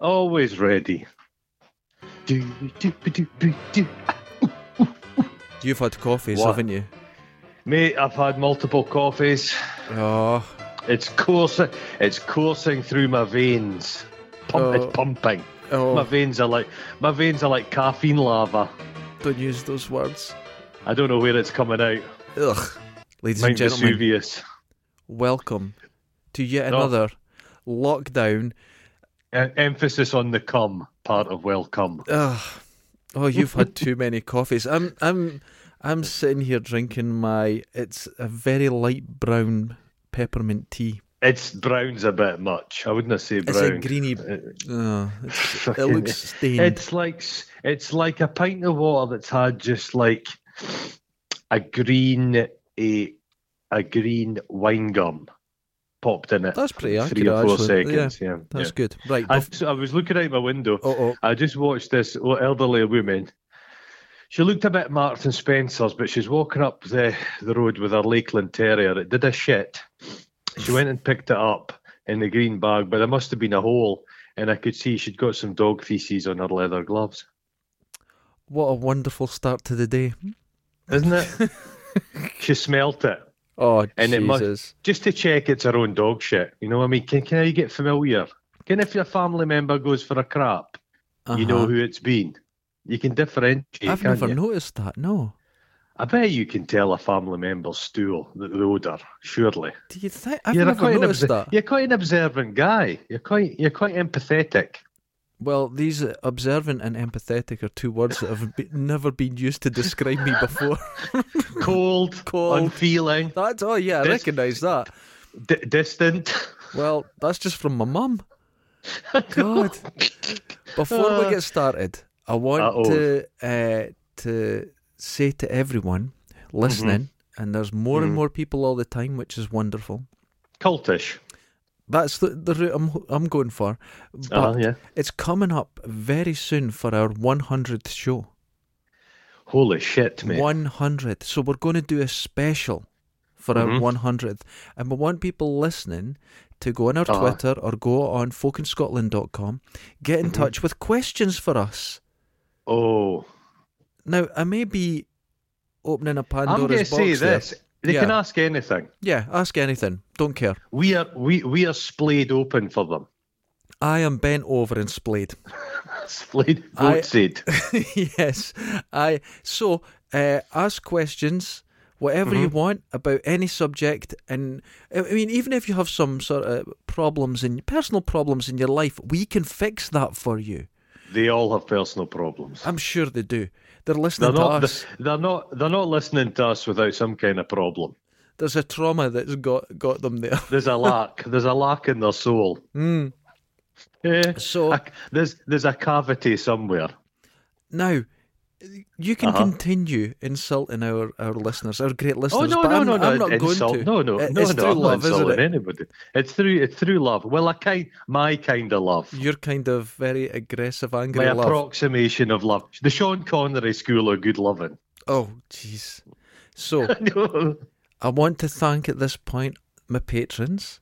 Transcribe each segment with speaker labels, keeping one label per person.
Speaker 1: Always ready.
Speaker 2: You've had coffees,
Speaker 1: What?
Speaker 2: haven't you?
Speaker 1: Mate, I've had multiple coffees.
Speaker 2: Oh,
Speaker 1: It's coursing. It's coursing through my veins. Pump,
Speaker 2: Oh.
Speaker 1: It's pumping. My
Speaker 2: oh,
Speaker 1: veins are like my veins are like caffeine lava.
Speaker 2: don't use those words.
Speaker 1: I don't know where it's coming out.
Speaker 2: Ugh. Ladies
Speaker 1: Mount
Speaker 2: and gentlemen,
Speaker 1: Vesuvius.
Speaker 2: welcome to yet
Speaker 1: No.
Speaker 2: another lockdown.
Speaker 1: E- emphasis on the come part of welcome.
Speaker 2: Ugh. Oh, you've had too many coffees. I'm, I'm, I'm sitting here drinking my. It's a very light brown peppermint tea.
Speaker 1: It's brown's a bit much. I wouldn't say
Speaker 2: It's a
Speaker 1: brown.
Speaker 2: greeny. Ugh, it's, it
Speaker 1: Fucking-
Speaker 2: looks stained.
Speaker 1: It's like s- it's like a pint of water that's had just like a green a a green wine gum popped in it.
Speaker 2: That's pretty accurate.
Speaker 1: three or four
Speaker 2: actually. Yeah,
Speaker 1: seconds. Yeah,
Speaker 2: that's
Speaker 1: yeah.
Speaker 2: good. Right.
Speaker 1: I,
Speaker 2: bef-
Speaker 1: so I was looking out my window.
Speaker 2: oh, oh.
Speaker 1: I just watched this elderly woman. She looked a bit Marks and Spencer's, but she's walking up the, the road with her Lakeland Terrier. It did a shit. She went and picked it up in the green bag, but there must have been a hole, and I could see she'd got some dog feces on her leather gloves.
Speaker 2: What a wonderful start to the day.
Speaker 1: Isn't it? she smelt it.
Speaker 2: Oh,
Speaker 1: And it must-
Speaker 2: Jesus.
Speaker 1: Just to check it's her own dog shit. You know what I mean? Can, can you get familiar? Can if your family member goes for a crap, you know
Speaker 2: Uh-huh.
Speaker 1: who it's been. You can differentiate.
Speaker 2: I've
Speaker 1: can't
Speaker 2: never
Speaker 1: you?
Speaker 2: noticed that. No.
Speaker 1: I bet you can tell a family member's stool, the, the odour, surely.
Speaker 2: Do you think I've
Speaker 1: you're, a
Speaker 2: never
Speaker 1: quite an
Speaker 2: noticed
Speaker 1: obser-
Speaker 2: that?
Speaker 1: you're quite an observant guy. You're quite you're quite empathetic.
Speaker 2: Well, these uh, observant and empathetic are two words that have be- never been used to describe me before.
Speaker 1: Cold,
Speaker 2: Cold.
Speaker 1: unfeeling,
Speaker 2: That's oh yeah, I
Speaker 1: This-
Speaker 2: recognise that.
Speaker 1: d- distant.
Speaker 2: Well, that's just from my mum. God. Before we
Speaker 1: Uh,
Speaker 2: get started, I want
Speaker 1: uh-oh.
Speaker 2: to uh, to say to everyone listening, and there's more and
Speaker 1: Mhm.
Speaker 2: more people all the time, which is wonderful.
Speaker 1: Cultish.
Speaker 2: That's the, the route I'm I'm going for. But
Speaker 1: Uh, yeah.
Speaker 2: it's coming up very soon for our 100th show.
Speaker 1: Holy shit, mate.
Speaker 2: 100th. So we're going to do a special for
Speaker 1: Mhm.
Speaker 2: our 100th. And we want people listening to go on our
Speaker 1: Uh-huh.
Speaker 2: Twitter or go on folkinscotland.com, get in
Speaker 1: Mhm.
Speaker 2: touch with questions for us.
Speaker 1: Oh.
Speaker 2: Now, I may be opening a Pandora's
Speaker 1: I'm going to
Speaker 2: box
Speaker 1: say
Speaker 2: there.
Speaker 1: this. They
Speaker 2: Yeah.
Speaker 1: can ask anything.
Speaker 2: Yeah, ask anything. Don't care.
Speaker 1: We are we we are splayed open for them.
Speaker 2: I am bent over and splayed.
Speaker 1: Splayed,
Speaker 2: I-
Speaker 1: goatseed.
Speaker 2: yes, I. So uh, ask questions, whatever
Speaker 1: Mm-hmm.
Speaker 2: you want about any subject, and I I mean, even if you have some sort of problems in personal problems in your life, we can fix that for you.
Speaker 1: They all have personal problems.
Speaker 2: I'm sure they do. They're
Speaker 1: They're
Speaker 2: listening to
Speaker 1: not.
Speaker 2: us.
Speaker 1: They're not. They're not listening to us without some kind of problem.
Speaker 2: There's a trauma that's got got them there.
Speaker 1: There's a lack. there's a lack in their soul.
Speaker 2: Mm.
Speaker 1: Eh,
Speaker 2: So
Speaker 1: a- there's there's a cavity somewhere.
Speaker 2: now. You can
Speaker 1: Uh-huh.
Speaker 2: continue insulting our, our listeners, our great listeners.
Speaker 1: oh no
Speaker 2: but
Speaker 1: no
Speaker 2: I'm,
Speaker 1: no no!
Speaker 2: I'm not
Speaker 1: insult.
Speaker 2: going to.
Speaker 1: No no
Speaker 2: It-
Speaker 1: no
Speaker 2: it's
Speaker 1: no!
Speaker 2: through
Speaker 1: I'm not
Speaker 2: love, isn't
Speaker 1: insulting
Speaker 2: it?
Speaker 1: anybody. It's through it's through love. Well, a kind my kind of love.
Speaker 2: You're kind of very aggressive, angry
Speaker 1: My
Speaker 2: love.
Speaker 1: approximation of love. The Sean Connery School of Good Loving.
Speaker 2: Oh, jeez. So
Speaker 1: oh,
Speaker 2: I want to thank at this point my patrons.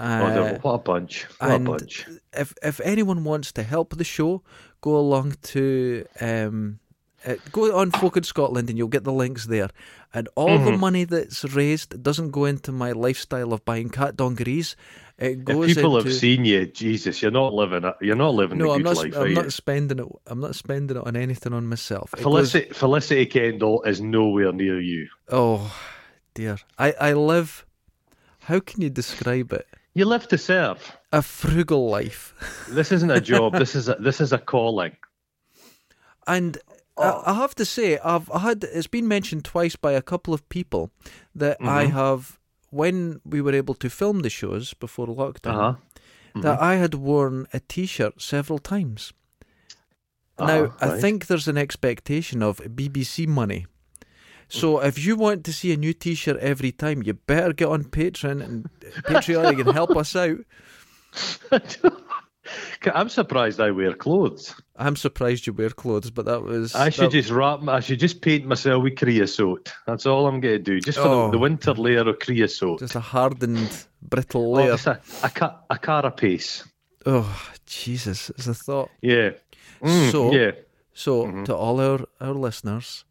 Speaker 1: Oh, no,
Speaker 2: Uh,
Speaker 1: what a bunch! What
Speaker 2: and-
Speaker 1: a bunch!
Speaker 2: if if anyone wants to help the show, go along to um, uh, go on Folk in Scotland and you'll get the links there. And all
Speaker 1: Mm-hmm.
Speaker 2: the money that's raised doesn't go into my lifestyle of buying cat dungarees. It
Speaker 1: If
Speaker 2: goes
Speaker 1: people
Speaker 2: into
Speaker 1: have seen you, Jesus, you're not living. A, you're not living
Speaker 2: no,
Speaker 1: the
Speaker 2: I'm
Speaker 1: good
Speaker 2: not.
Speaker 1: life. eh? are
Speaker 2: I'm
Speaker 1: you?
Speaker 2: not spending it. I'm not spending it on anything on myself. It goes-
Speaker 1: Felicity, Felicity Kendall is nowhere near you.
Speaker 2: oh dear, I I live. How can you describe it?
Speaker 1: You live to serve.
Speaker 2: a frugal life.
Speaker 1: This isn't a job. this is a, this is a calling.
Speaker 2: And
Speaker 1: Oh.
Speaker 2: I, I have to say, I've I had it's been mentioned twice by a couple of people that I
Speaker 1: Mm-hmm.
Speaker 2: have when we were able to film the shows before lockdown
Speaker 1: Uh huh.
Speaker 2: that I had worn a T-shirt several times. now
Speaker 1: Uh-huh,
Speaker 2: I
Speaker 1: right.
Speaker 2: think there's an expectation of BBC money. So
Speaker 1: Mm.
Speaker 2: if you want to see a new T-shirt every time, you better get on Patreon and uh, Patreon and help us out.
Speaker 1: I'm surprised I wear clothes.
Speaker 2: I'm surprised you wear clothes, but that was
Speaker 1: I should
Speaker 2: that-
Speaker 1: just wrap. m- I should just paint myself with creosote. That's all I'm going to do. Just for
Speaker 2: Oh.
Speaker 1: the, the winter layer of creosote.
Speaker 2: just a hardened, brittle
Speaker 1: Oh,
Speaker 2: layer.
Speaker 1: it's a, a, ca- a carapace.
Speaker 2: Oh, Jesus, it's a thought.
Speaker 1: Yeah. Mm,
Speaker 2: So-
Speaker 1: yeah,
Speaker 2: So, to all our, our listeners,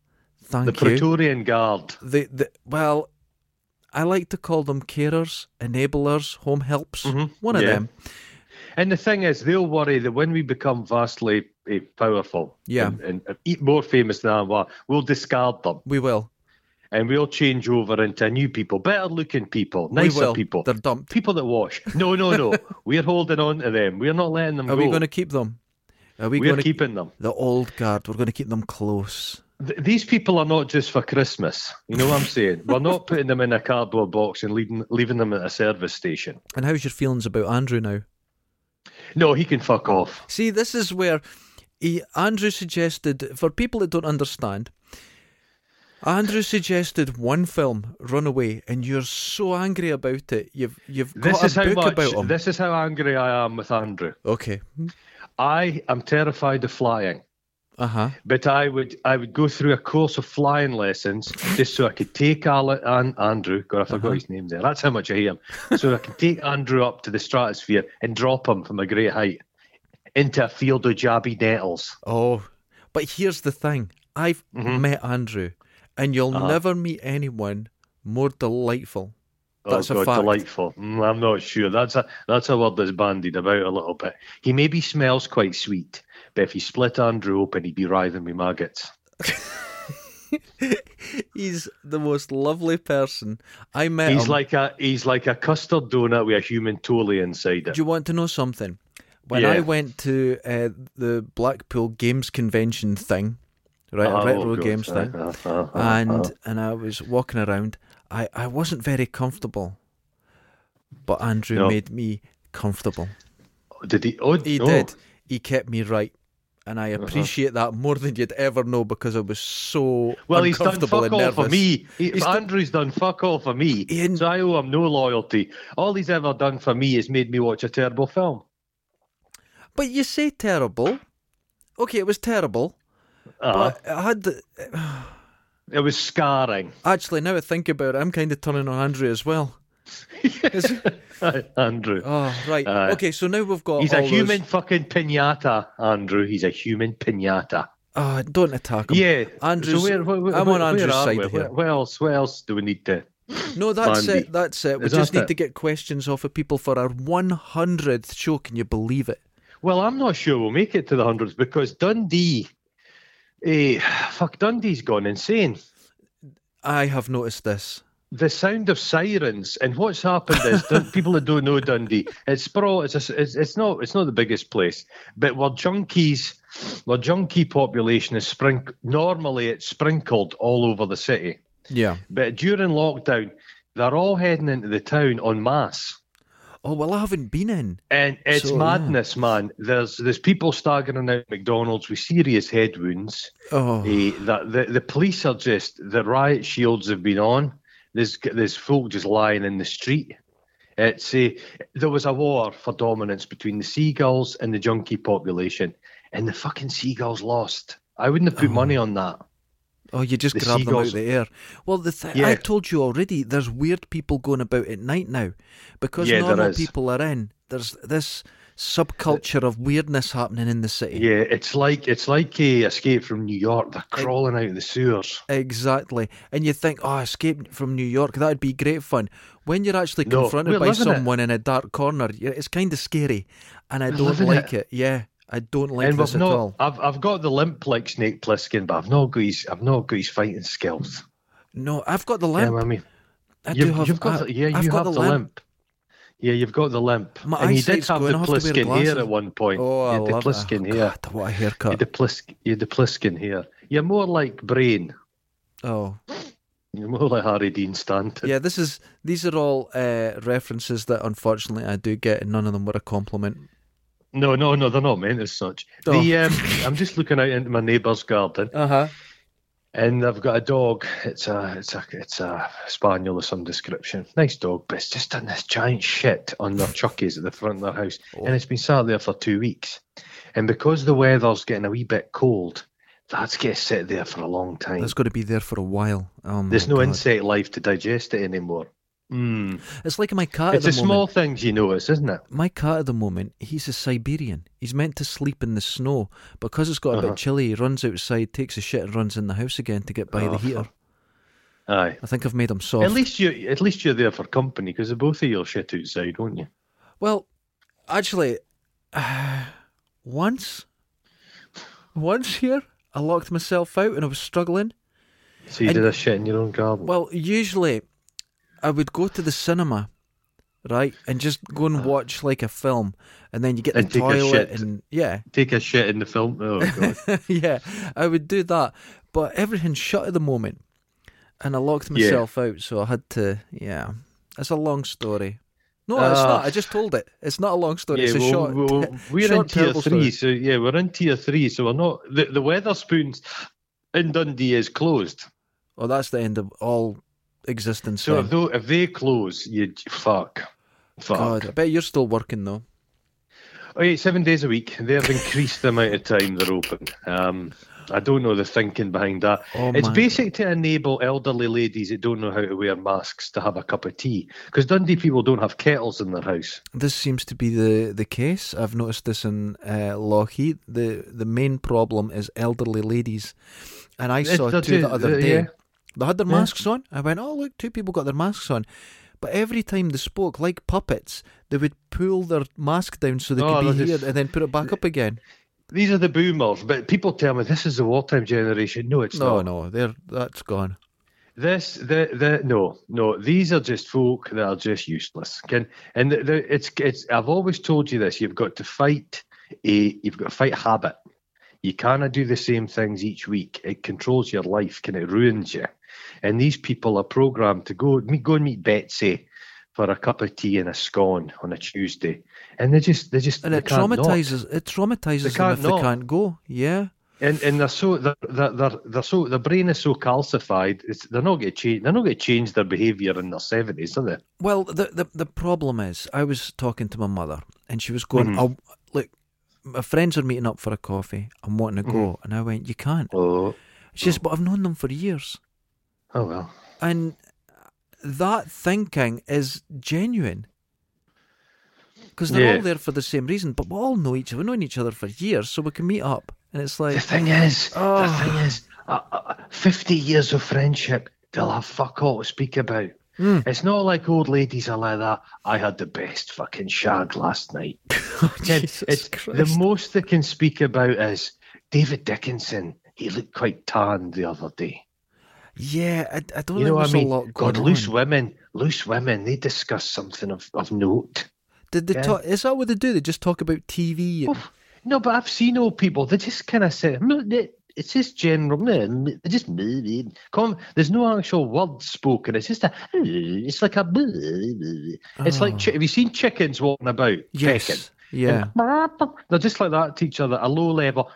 Speaker 2: thank
Speaker 1: Mm-hmm. the
Speaker 2: you.
Speaker 1: Praetorian Guard.
Speaker 2: the, the well, I like to call them carers, enablers, home helps. One of
Speaker 1: Mm-hmm. yeah.
Speaker 2: them.
Speaker 1: And the thing is, they'll worry that when we become vastly eh, powerful,
Speaker 2: Yeah.
Speaker 1: and, and, and e- more famous than we are, we'll discard them
Speaker 2: We will.
Speaker 1: and we'll change over into new people, better looking people,
Speaker 2: we will.
Speaker 1: nicer people,
Speaker 2: They're dumped.
Speaker 1: people that wash. No, no, no. We're holding on to them. We're not letting them
Speaker 2: Are
Speaker 1: go.
Speaker 2: we going to keep them? Are we
Speaker 1: We're
Speaker 2: going to
Speaker 1: keeping them.
Speaker 2: the old guard? We're going to keep them close.
Speaker 1: Th- these people are not just for Christmas. You know what I'm saying? We're not putting them in a cardboard box and leaving, leaving them at a service station.
Speaker 2: And how's your feelings about Andrew now?
Speaker 1: No, he can fuck off.
Speaker 2: See, this is where he, Andrew suggested, for people that don't understand, Andrew suggested one film, Runaway, and you're so angry about it. You've you've got
Speaker 1: This
Speaker 2: a
Speaker 1: is how
Speaker 2: book
Speaker 1: much.
Speaker 2: about him.
Speaker 1: This is how angry I am with Andrew.
Speaker 2: Okay.
Speaker 1: I am terrified of flying,
Speaker 2: Uh huh.
Speaker 1: but I would I would go through a course of flying lessons just so I could take Ale and Andrew. God, I forgot
Speaker 2: Uh-huh.
Speaker 1: his name there. That's how much I hate him. So I can take Andrew up to the stratosphere and drop him from a great height into a field of jabby nettles.
Speaker 2: Oh, but here's the thing I've
Speaker 1: Mm-hmm.
Speaker 2: met Andrew, and you'll
Speaker 1: Uh-huh.
Speaker 2: never meet anyone more delightful. That's
Speaker 1: oh, God,
Speaker 2: a fact.
Speaker 1: delightful. Mm, I'm not sure. That's a that's a word that's bandied about a little bit. He maybe smells quite sweet, but if he split Andrew open, he'd be writhing with maggots.
Speaker 2: He's the most lovely person. I met
Speaker 1: He's
Speaker 2: him.
Speaker 1: like a he's like a custard donut with a human totally inside it.
Speaker 2: Do you want to know something? When I
Speaker 1: Yeah.
Speaker 2: went to uh, the Blackpool Games Convention thing, right,
Speaker 1: Oh,
Speaker 2: a retro
Speaker 1: God.
Speaker 2: games thing,
Speaker 1: Uh, uh, uh, uh,
Speaker 2: and and I was walking around, I, I wasn't very comfortable, but Andrew
Speaker 1: No.
Speaker 2: made me comfortable.
Speaker 1: did he? Oh, Uh-huh.
Speaker 2: He
Speaker 1: no.
Speaker 2: did. He kept me right. And I appreciate that more than you'd ever know because I was so
Speaker 1: Well, he's done
Speaker 2: uncomfortable
Speaker 1: fuck
Speaker 2: and
Speaker 1: all
Speaker 2: nervous.
Speaker 1: for me. He-
Speaker 2: He's done-
Speaker 1: Andrew's done fuck all for me,
Speaker 2: He didn't-
Speaker 1: so I owe him no loyalty. All he's ever done for me is made me watch a terrible film.
Speaker 2: But you say terrible. Okay, it was terrible.
Speaker 1: Uh,
Speaker 2: But I had the-
Speaker 1: it was scarring.
Speaker 2: actually now I think about it, I'm kind of turning on Andrew as well. Is-
Speaker 1: Andrew.
Speaker 2: oh right.
Speaker 1: Aye.
Speaker 2: okay, so now we've got
Speaker 1: Uh, He's
Speaker 2: Oh, all
Speaker 1: a
Speaker 2: those-
Speaker 1: human fucking pinata, Andrew. He's a human pinata.
Speaker 2: Ah, don't attack him.
Speaker 1: Yeah,
Speaker 2: Andrew's-
Speaker 1: So where, where, where,
Speaker 2: I'm on
Speaker 1: where
Speaker 2: Andrew's
Speaker 1: are
Speaker 2: side
Speaker 1: we?
Speaker 2: here.
Speaker 1: Where, where else? Where else do we need to?
Speaker 2: No, that's
Speaker 1: Mandy.
Speaker 2: it. That's it. We
Speaker 1: Is
Speaker 2: just
Speaker 1: that
Speaker 2: need
Speaker 1: it?
Speaker 2: to get questions off of people for our 100th show. Can you believe it?
Speaker 1: Well, I'm not sure we'll make it to the hundreds because Dundee, eh, fuck, Dundee's gone insane.
Speaker 2: I have noticed this.
Speaker 1: The sound of sirens and what's happened is Dun- people that don't know Dundee, it's sprawl. It's, a s it's it's not it's not the biggest place, but we're junkies. We're junkie population is sprink. Normally, it's sprinkled all over the city.
Speaker 2: Yeah.
Speaker 1: But during lockdown, they're all heading into the town en masse.
Speaker 2: Oh well, I haven't been in.
Speaker 1: And it's
Speaker 2: So, yeah.
Speaker 1: madness, man. There's there's people staggering out McDonald's with serious head wounds.
Speaker 2: Oh,
Speaker 1: Eh, that the, the police are just the riot shields have been on. There's there's folk just lying in the street. It's eh, there was a war for dominance between the seagulls and the junkie population, and the fucking seagulls lost. I wouldn't have put money on that.
Speaker 2: oh, you just
Speaker 1: the
Speaker 2: grabbed them out of
Speaker 1: seagulls-
Speaker 2: the air. Well, the th- I
Speaker 1: Yeah.
Speaker 2: told you already. There's weird people going about at night now, because
Speaker 1: Yeah, there
Speaker 2: normal
Speaker 1: is.
Speaker 2: people are in. There's this subculture of weirdness happening in the city.
Speaker 1: Yeah, it's like it's like a escape from New York. They're crawling out of the sewers.
Speaker 2: Exactly, and you think, oh, escape from New York, that'd be great fun. When you're actually
Speaker 1: No,
Speaker 2: confronted
Speaker 1: we're
Speaker 2: by
Speaker 1: living it.
Speaker 2: someone in a dark corner, y- it's kind of scary, and I don't
Speaker 1: living
Speaker 2: like it. Yeah, I don't like
Speaker 1: and
Speaker 2: this
Speaker 1: we've
Speaker 2: at
Speaker 1: not,
Speaker 2: all.
Speaker 1: I've I've got the limp like Snake Plissken, but I've not got his I've not got his fighting skills.
Speaker 2: No, I've got the
Speaker 1: Yeah,
Speaker 2: limp.
Speaker 1: I mean,
Speaker 2: I do
Speaker 1: you've,
Speaker 2: have.
Speaker 1: you've got
Speaker 2: I-
Speaker 1: the, yeah,
Speaker 2: I've
Speaker 1: you
Speaker 2: got
Speaker 1: have the, limp. Yeah, you've got the limp.
Speaker 2: My
Speaker 1: and he did
Speaker 2: eyesight's
Speaker 1: have
Speaker 2: going,
Speaker 1: the
Speaker 2: I have to wear
Speaker 1: Pliskin here
Speaker 2: glasses.
Speaker 1: at one point.
Speaker 2: Oh,
Speaker 1: you
Speaker 2: I
Speaker 1: had the
Speaker 2: love
Speaker 1: Pliskin
Speaker 2: that. Oh,
Speaker 1: here.
Speaker 2: God, what
Speaker 1: You had
Speaker 2: a
Speaker 1: the
Speaker 2: haircut.
Speaker 1: Plisk, you had the Pliskin here. You're more like Brain.
Speaker 2: Oh,
Speaker 1: You're more like Harry Dean Stanton.
Speaker 2: yeah. This is these are all uh, references that unfortunately I do get, and none of them were a compliment.
Speaker 1: No, no, no, they're not meant as such.
Speaker 2: Oh.
Speaker 1: The um, I'm just looking out into my neighbour's garden.
Speaker 2: Uh huh.
Speaker 1: and I've got a dog. It's a it's a it's a spaniel of some description. Nice dog, but it's just done this giant shit on their chuckies at the front of their house,
Speaker 2: Oh.
Speaker 1: and it's been sat there for two weeks. And because the weather's getting a wee bit cold, that's getting sit there for a long time.
Speaker 2: That's going to be there for a while. Oh my
Speaker 1: There's no
Speaker 2: God.
Speaker 1: insect life to digest it anymore. Mm.
Speaker 2: It's like my cat
Speaker 1: It's
Speaker 2: at
Speaker 1: the
Speaker 2: the moment.
Speaker 1: small things you notice, isn't it?
Speaker 2: My cat at the moment, he's a Siberian. He's meant to sleep in the snow. Because it's got a
Speaker 1: Uh-huh.
Speaker 2: bit chilly, he runs outside, takes a shit, and runs in the house again to get by
Speaker 1: Oh,
Speaker 2: the heater.
Speaker 1: Aye.
Speaker 2: I think I've made him soft.
Speaker 1: At least you, at least you're there for company because the both of you shit outside, won't you?
Speaker 2: Well, actually, once, once here, I locked myself out and I was struggling.
Speaker 1: So you
Speaker 2: And-
Speaker 1: did a shit in your own garden.
Speaker 2: Well, usually, I would go to the cinema, right, and just go and watch like a film, and then you get
Speaker 1: Uh-huh. And
Speaker 2: the
Speaker 1: take a
Speaker 2: toilet
Speaker 1: shit.
Speaker 2: and yeah,
Speaker 1: Take a shit in the film. Oh god.
Speaker 2: yeah, I would do that. But everything's shut at the moment, and I locked
Speaker 1: Yeah.
Speaker 2: myself out, so I had to. Yeah, it's a long story. No, it's
Speaker 1: Ah.
Speaker 2: not. I just told it. It's not a long story. it's a er short.
Speaker 1: we're in tier
Speaker 2: short, terrible story.
Speaker 1: three, so yeah, we're in tier three, so we're not. The, the Weatherspoons in Dundee is closed.
Speaker 2: Oh, that's the end of all existence.
Speaker 1: So
Speaker 2: then.
Speaker 1: if, though, if they close, you fuck. Fuck.
Speaker 2: God, I bet you're still working though.
Speaker 1: Oh, yeah, seven days a week. They have increased the amount of time they're open. Um, I don't know the thinking behind that.
Speaker 2: Oh
Speaker 1: it's
Speaker 2: my-
Speaker 1: basic to enable elderly ladies that don't know how to wear masks to have a cup of tea, because Dundee people don't have kettles in their house.
Speaker 2: This seems to be the, the case. I've noticed this in uh, Lockheed. The the main problem is elderly ladies, and I
Speaker 1: It's-
Speaker 2: saw
Speaker 1: they're
Speaker 2: two the
Speaker 1: doing-
Speaker 2: other
Speaker 1: uh,
Speaker 2: day.
Speaker 1: yeah.
Speaker 2: They had their
Speaker 1: Yeah.
Speaker 2: masks on. I went, oh look, two people got their masks on, but every time they spoke, like puppets, they would pull their mask down so they
Speaker 1: Oh,
Speaker 2: could be
Speaker 1: that is-
Speaker 2: heard and then put it back up again.
Speaker 1: These are the boomers, but people tell me this is the wartime generation. No, it's
Speaker 2: No,
Speaker 1: not.
Speaker 2: no, they're that's gone.
Speaker 1: This, the, the, no, no. These are just folk that are just useless. Can and the, the, it's, it's. I've always told you this. You've got to fight a. You've got to fight habit. You cannot do the same things each week. It controls your life. Can it ruins you? And these people are programmed to go me go and meet Betsy for a cup of tea and a scone on a Tuesday, and they just they just
Speaker 2: And
Speaker 1: they
Speaker 2: it
Speaker 1: can't not.
Speaker 2: traumatizes. It traumatizes them
Speaker 1: can't
Speaker 2: if they
Speaker 1: not.
Speaker 2: can't go. Yeah.
Speaker 1: And and they're so they're, they're, they're, they're so the brain is so calcified. It's, they're not going to change. They're not going to change their behaviour in their seventies, are they?
Speaker 2: Well, the, the the problem is, I was talking to my mother, and she was going,
Speaker 1: Mm-hmm.
Speaker 2: "I'll look, my friends are meeting up for a coffee. I'm wanting to go,"
Speaker 1: Mm-hmm.
Speaker 2: and I went, "You can't."
Speaker 1: Oh,
Speaker 2: She says, "But I've known them for years,
Speaker 1: oh well.
Speaker 2: and that thinking is genuine because they're
Speaker 1: Yeah.
Speaker 2: all there for the same reason. But we all know each other, we've known each other for years, so we can meet up." And it's
Speaker 1: The
Speaker 2: like,
Speaker 1: thing is,
Speaker 2: Oh.
Speaker 1: the thing is, uh, uh, fifty years of friendship, they'll have fuck all to speak about.
Speaker 2: Hmm.
Speaker 1: It's not like old ladies are like that. I had the best fucking shag last night.
Speaker 2: oh,
Speaker 1: Ken,
Speaker 2: Jesus
Speaker 1: it's the
Speaker 2: Christ.
Speaker 1: most they can speak about is David Dickinson. He looked quite tanned the other day.
Speaker 2: yeah, I, I don't
Speaker 1: You
Speaker 2: think
Speaker 1: know what
Speaker 2: there's
Speaker 1: I mean?
Speaker 2: a lot going
Speaker 1: God, loose
Speaker 2: on.
Speaker 1: women, loose women, they discuss something of, of note.
Speaker 2: Did they
Speaker 1: yeah. Oh,
Speaker 2: talk, is that what they do? They just talk about TV. and-
Speaker 1: No, but I've seen old people. They just kind of say, "Mm, it- it's just general. mm, They just mm, come. There's no actual word spoken. It's just a. mm, It's like a. mm. It's
Speaker 2: Oh.
Speaker 1: like chi- have you seen chickens walking about?
Speaker 2: Yes.
Speaker 1: Pecking?
Speaker 2: Yeah.
Speaker 1: They're just like that to each other. A low level.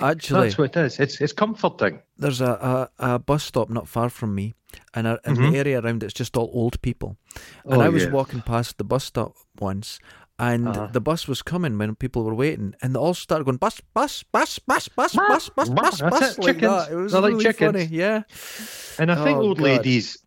Speaker 2: Actually,
Speaker 1: That's what it is. It's it's comforting.
Speaker 2: there's a, a, a bus stop not far from me, and, a, and the area around it's just all old people. And
Speaker 1: Mm-hmm. Oh,
Speaker 2: I was
Speaker 1: yeah. Uh-huh.
Speaker 2: walking past the bus stop once, and the bus was coming when people were waiting, and they all started going bus, bus, bus, bus, bus, bus, bus, bus,
Speaker 1: That's it,
Speaker 2: bus, like
Speaker 1: chickens.
Speaker 2: that. It was
Speaker 1: They're like
Speaker 2: really
Speaker 1: chickens.
Speaker 2: funny. Yeah.
Speaker 1: And I think
Speaker 2: Oh,
Speaker 1: old
Speaker 2: God.
Speaker 1: ladies,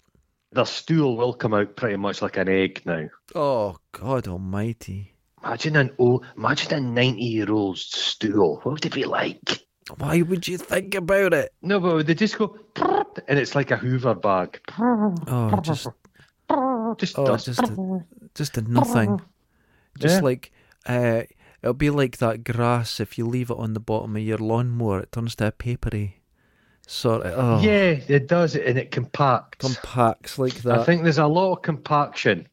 Speaker 1: their stool will come out pretty much like an egg now.
Speaker 2: Oh God Almighty!
Speaker 1: Imagine an old, imagine a ninety-year-old's stool. What would it be like?
Speaker 2: Why would you think about it?
Speaker 1: No, but they just go, "Prrrt," and it's like a Hoover bag. Prrrt,
Speaker 2: Oh, just
Speaker 1: prrrt, Just
Speaker 2: Oh,
Speaker 1: dust.
Speaker 2: just a, just a nothing. Just
Speaker 1: Yeah.
Speaker 2: like uh, it'll be like that grass if you leave it on the bottom of your lawnmower, it turns to a papery sort of oh,
Speaker 1: Yeah, it does, and it compacts.
Speaker 2: compacts like
Speaker 1: I
Speaker 2: that.
Speaker 1: think there's a lot of compaction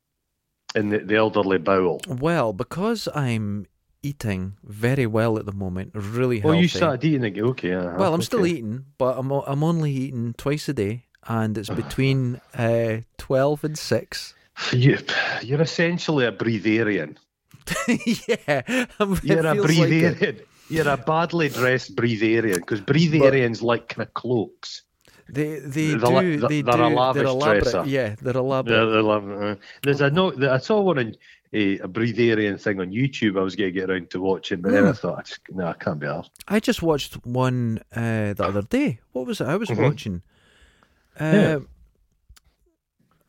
Speaker 1: in the, the elderly bowel.
Speaker 2: Well, because I'm eating very well at the moment, really
Speaker 1: Well,
Speaker 2: healthy.
Speaker 1: you started eating again. Okay. uh-huh,
Speaker 2: Well, I'm still
Speaker 1: okay.
Speaker 2: eating, but I'm o- I'm only eating twice a day, and it's between uh, twelve and six.
Speaker 1: You, you're essentially a breatharian.
Speaker 2: yeah, I'm, it
Speaker 1: You're a
Speaker 2: feels like it.
Speaker 1: breatharian. You're a badly dressed breatharian because breatharians like kind of cloaks.
Speaker 2: They they
Speaker 1: They're
Speaker 2: do
Speaker 1: like- they're-
Speaker 2: they
Speaker 1: they're a
Speaker 2: do
Speaker 1: lavish
Speaker 2: they're elaborate.
Speaker 1: dresser.
Speaker 2: Yeah, they're elaborate.
Speaker 1: Yeah, they love- uh, There's a no. I saw one on a, a breatharian thing on YouTube. I was going to get around to watching, but then
Speaker 2: Hmm.
Speaker 1: I thought, I just, no, I can't be arsed.
Speaker 2: I just watched
Speaker 1: Mm-hmm.
Speaker 2: one uh, the other day. What was it? I was watching. Uh,
Speaker 1: Yeah.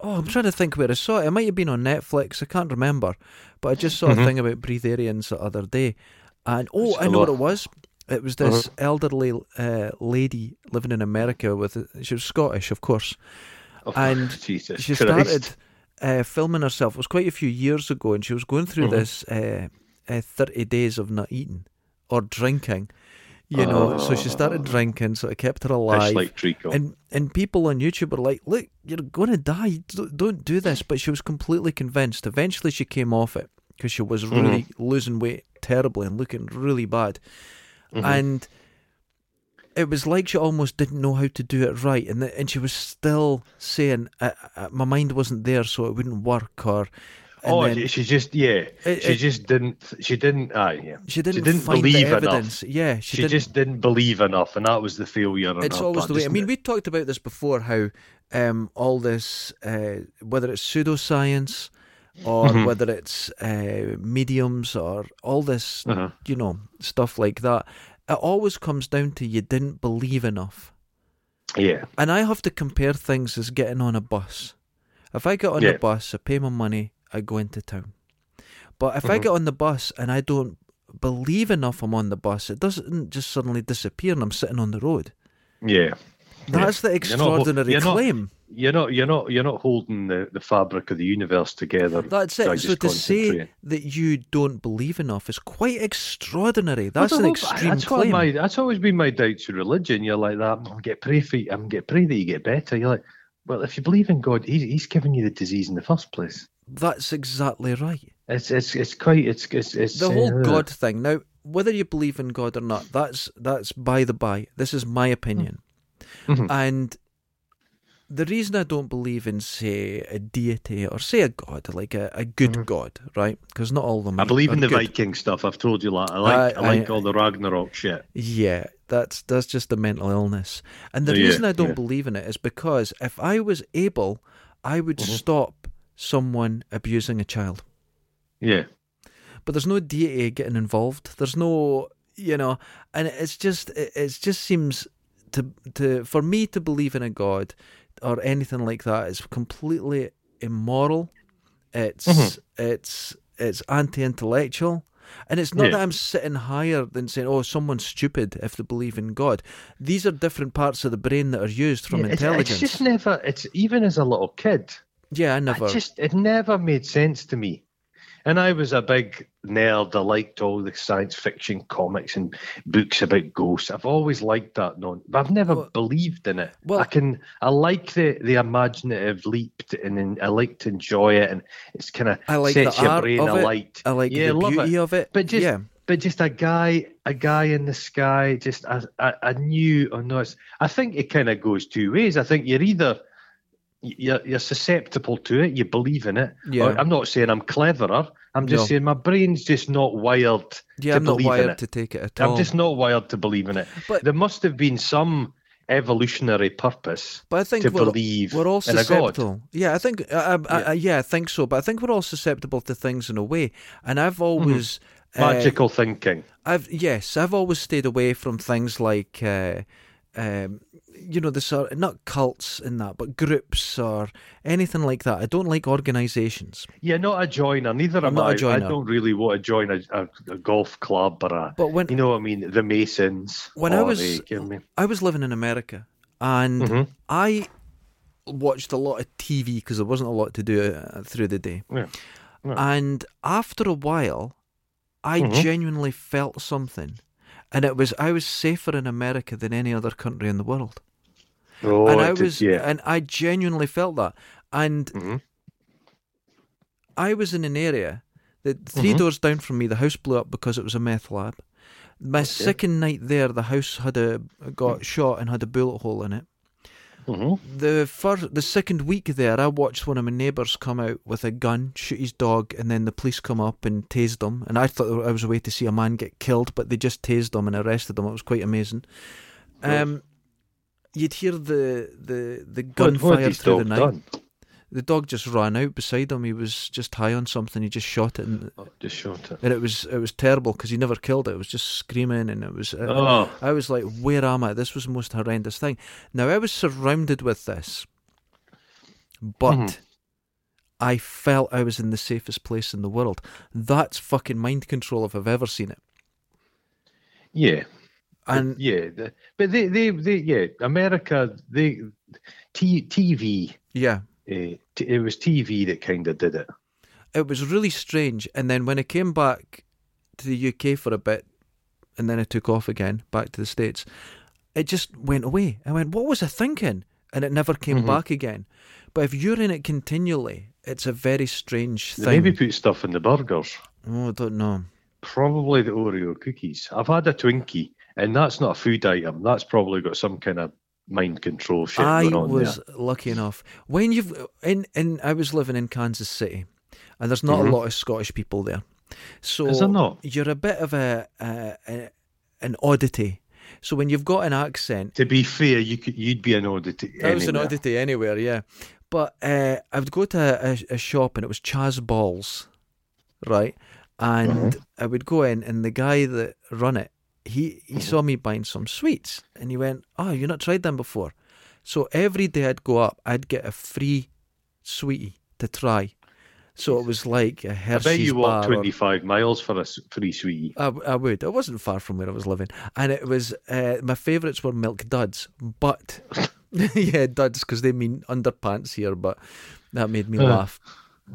Speaker 2: Oh, I'm trying to think where I saw it. It might have been on Netflix. I can't remember, but I just saw
Speaker 1: Mm-hmm.
Speaker 2: a thing about breathe Arians the other day, and oh, I know what it was. It was this
Speaker 1: Mm-hmm.
Speaker 2: elderly uh, lady living in America with she was Scottish, of course,
Speaker 1: Oh,
Speaker 2: and
Speaker 1: Jesus
Speaker 2: she
Speaker 1: Christ.
Speaker 2: started uh, filming herself. It was quite a few years ago, and she was going
Speaker 1: Mm-hmm.
Speaker 2: through this uh, uh, thirty days of not eating or drinking. You know, so she started drinking, so it kept her alive.
Speaker 1: Fish Oh. like treacle.
Speaker 2: And and people on YouTube were like, "Look, you're going to die. Don't- Don't do this." But she was completely convinced. Eventually, she came off it because she was
Speaker 1: Mm-hmm.
Speaker 2: really losing weight terribly and looking really bad.
Speaker 1: Mm-hmm.
Speaker 2: And it was like she almost didn't know how to do it right, and the, and she was still saying, I, I, "My mind wasn't there, so it wouldn't work." Or and
Speaker 1: oh,
Speaker 2: then
Speaker 1: she- she just yeah.
Speaker 2: It-
Speaker 1: she
Speaker 2: it-
Speaker 1: just didn't. She didn't. Aye, yeah.
Speaker 2: she didn't, find
Speaker 1: believe
Speaker 2: the
Speaker 1: enough.
Speaker 2: evidence. Yeah, she,
Speaker 1: She,
Speaker 2: didn't.
Speaker 1: just didn't believe enough, and that was the failure. on
Speaker 2: it's
Speaker 1: her
Speaker 2: always
Speaker 1: part,
Speaker 2: the way. I
Speaker 1: isn't
Speaker 2: mean,
Speaker 1: it?
Speaker 2: we talked about this before how um, all this, uh, whether it's pseudoscience or
Speaker 1: Mm-hmm.
Speaker 2: whether it's uh, mediums or all this,
Speaker 1: Uh-huh.
Speaker 2: you know, stuff like that, it always comes down to you didn't believe enough.
Speaker 1: yeah,
Speaker 2: And I have to compare things as getting on a bus. If I get on
Speaker 1: Yeah.
Speaker 2: the bus, I pay my money, I go into town. But if I
Speaker 1: Mm-hmm.
Speaker 2: get on the bus and I don't believe enough I'm on the bus, it doesn't just suddenly disappear and I'm sitting on the road.
Speaker 1: yeah.
Speaker 2: That's the
Speaker 1: You're not hol-
Speaker 2: extraordinary
Speaker 1: you're not-
Speaker 2: claim.
Speaker 1: You're not. You're not. You're not holding the, the fabric of the universe together.
Speaker 2: That's
Speaker 1: by
Speaker 2: it. So
Speaker 1: just
Speaker 2: to say
Speaker 1: concentrating.
Speaker 2: that you don't believe enough is quite extraordinary.
Speaker 1: I
Speaker 2: That's
Speaker 1: don't
Speaker 2: an
Speaker 1: know,
Speaker 2: extreme
Speaker 1: that's what
Speaker 2: claim.
Speaker 1: My, that's always been my doubt to religion. You're like that. I'm get pray for. You, I'm get pray that you get better. You're like, well, if you believe in God, he's, he's given you the disease in the first place.
Speaker 2: That's exactly right.
Speaker 1: It's it's it's quite it's it's, it's
Speaker 2: The whole
Speaker 1: uh,
Speaker 2: God thing. Now, whether you believe in God or not, that's that's by the by. This is my opinion.
Speaker 1: Mhm.
Speaker 2: And the reason I don't believe in, say, a deity or say a god, like a, a good god, right? Because not all of them.
Speaker 1: Mm-hmm. I
Speaker 2: are-
Speaker 1: believe in
Speaker 2: are
Speaker 1: the
Speaker 2: good.
Speaker 1: Viking stuff. I've told you that. I like
Speaker 2: I-
Speaker 1: I, like
Speaker 2: I-
Speaker 1: all the Ragnarok shit.
Speaker 2: Yeah, that's that's just the mental illness. And the
Speaker 1: Oh, Yeah,
Speaker 2: reason I don't
Speaker 1: yeah.
Speaker 2: believe in it is because if I was able, I would
Speaker 1: Mm-hmm.
Speaker 2: stop someone abusing a child.
Speaker 1: Yeah.
Speaker 2: But there's no deity getting involved. There's no, you know, and it's just it, it just seems to to for me to believe in a god or anything like that is completely immoral. It's
Speaker 1: Mm-hmm.
Speaker 2: it's it's anti-intellectual. And it's not
Speaker 1: Yeah.
Speaker 2: that I'm sitting higher than saying, "Oh, someone's stupid" if they believe in God. These are different parts of the brain that are used from
Speaker 1: Yeah, it's,
Speaker 2: intelligence.
Speaker 1: it's just never. It's even as a little kid.
Speaker 2: yeah, I
Speaker 1: I
Speaker 2: never.
Speaker 1: just it never made sense to me. And I was a big nerd. I liked all the science fiction comics and books about ghosts. I've always liked that non but I've never
Speaker 2: Well-
Speaker 1: believed in it.
Speaker 2: well-
Speaker 1: I can I like the, the imaginative leap to- and then I like to enjoy it and it's kinda
Speaker 2: I like
Speaker 1: sets
Speaker 2: the
Speaker 1: your
Speaker 2: art
Speaker 1: brain
Speaker 2: of it.
Speaker 1: alight.
Speaker 2: I like
Speaker 1: yeah,
Speaker 2: the
Speaker 1: love
Speaker 2: beauty
Speaker 1: it.
Speaker 2: of it.
Speaker 1: But just
Speaker 2: yeah,
Speaker 1: but just a guy a guy in the sky, just I I, I knew or not I think it kinda goes two ways. I think you're either you're, you're susceptible to it. You believe in it.
Speaker 2: Yeah.
Speaker 1: Or- I'm not saying I'm cleverer. I'm just
Speaker 2: No.
Speaker 1: saying my brain's just not wired to
Speaker 2: yeah, I'm not
Speaker 1: believe in
Speaker 2: wired
Speaker 1: it.
Speaker 2: to take it at all.
Speaker 1: I'm just not wired to believe in it.
Speaker 2: Oh. But-
Speaker 1: there must have been some evolutionary purpose.
Speaker 2: But I think
Speaker 1: to
Speaker 2: we're,
Speaker 1: believe
Speaker 2: we're all
Speaker 1: in a god.
Speaker 2: susceptible. Yeah, I think I, I, I, yeah, I think so. But I think we're all susceptible to things in a way. And
Speaker 1: Hmm.
Speaker 2: I've always uh,
Speaker 1: Magical thinking.
Speaker 2: I've yes, I've always stayed away from things like, uh, um, you know, the sort not cults in that, but groups or anything like that. I don't like organisations.
Speaker 1: Yeah, not a joiner. Neither am
Speaker 2: not a
Speaker 1: I. I
Speaker 2: joiner.
Speaker 1: don't really want to join a, a, a golf club or a.
Speaker 2: But when-
Speaker 1: you know what I mean, the Masons. Oh,
Speaker 2: When I
Speaker 1: or
Speaker 2: was-
Speaker 1: the- you know what I mean?
Speaker 2: I was living in America, and
Speaker 1: Mm-hmm.
Speaker 2: I watched a lot of TV because there wasn't a lot to do uh, through the day.
Speaker 1: Yeah.
Speaker 2: And after a while, I
Speaker 1: Mm-hmm.
Speaker 2: genuinely felt something. And it was I was safer in America than any other country in the world.
Speaker 1: Oh,
Speaker 2: and I
Speaker 1: it did-
Speaker 2: was uh,
Speaker 1: yeah. Mm-hmm.
Speaker 2: and I genuinely felt that. And I was in an area that
Speaker 1: Mm-hmm.
Speaker 2: 3 doors down from me, the house blew up because it was a meth lab. My second night there, the house had a
Speaker 1: Mm.
Speaker 2: got shot and had a bullet hole in it
Speaker 1: Mhm.
Speaker 2: the first, the second week there, I watched one of my neighbours come out with a gun, shoot his dog, and then the police come up and tased him. And I thought I was a way to see a man get killed, but they just tased him and arrested him. It was quite amazing. Um, you'd hear the the the
Speaker 1: What, what
Speaker 2: gunfire
Speaker 1: has
Speaker 2: through
Speaker 1: dog
Speaker 2: the night.
Speaker 1: done?
Speaker 2: The dog just ran out beside him. He was just high on something. He just shot it, and,
Speaker 1: Oh, just shot it.
Speaker 2: and it was it was terrible because he never killed it. It was just screaming, and it was. uh,
Speaker 1: Oh,
Speaker 2: I was like, where am I? This was the most horrendous thing. Now, I was surrounded with this, but I felt I was in the safest place in the world. That's fucking mind control if I've ever seen it.
Speaker 1: Yeah.
Speaker 2: And
Speaker 1: yeah, the- but they, they, they, yeah, America, they, t- TV,
Speaker 2: yeah,
Speaker 1: uh, t- it was TV that kind of did it.
Speaker 2: it was really strange. And then when I came back to the UK for a bit, and then I took off again back to the States, it just went away. I went, what was I thinking? And it never came back again. But if you're in it continually, it's a very strange
Speaker 1: They
Speaker 2: thing.
Speaker 1: maybe put stuff in the burgers.
Speaker 2: Oh, I don't know.
Speaker 1: Probably the Oreo cookies. I've had a Twinkie, and that's not a food item. That's probably got some kind of mind control shit
Speaker 2: I
Speaker 1: going on
Speaker 2: was
Speaker 1: there.
Speaker 2: lucky enough when you've in in I was living in Kansas City, and there's not a lot of Scottish people there, so
Speaker 1: Mm-hmm. Is there not?
Speaker 2: you're a bit of a, a, a an oddity. So when you've got an accent,
Speaker 1: To be fair, you could, you'd be an oddity.
Speaker 2: I was an
Speaker 1: anywhere.
Speaker 2: oddity anywhere, yeah. But uh, I would go to a, a shop and it was Chaz Balls, right? And
Speaker 1: Mm-hmm.
Speaker 2: I would go in and the guy that run it, he,
Speaker 1: Mm-hmm.
Speaker 2: he saw me buying some sweets and he went, "Oh, you not tried them before." So every day I'd go up, I'd get a free sweetie to try. So it was like a
Speaker 1: I
Speaker 2: Hershey's
Speaker 1: bet you walked
Speaker 2: bar or-
Speaker 1: 25 miles for a s- free sweetie.
Speaker 2: I, I would. I wasn't far from where I was living, and it was uh, my favourites were milk duds, but yeah, duds because they mean underpants here, but that made me
Speaker 1: Uh.
Speaker 2: laugh.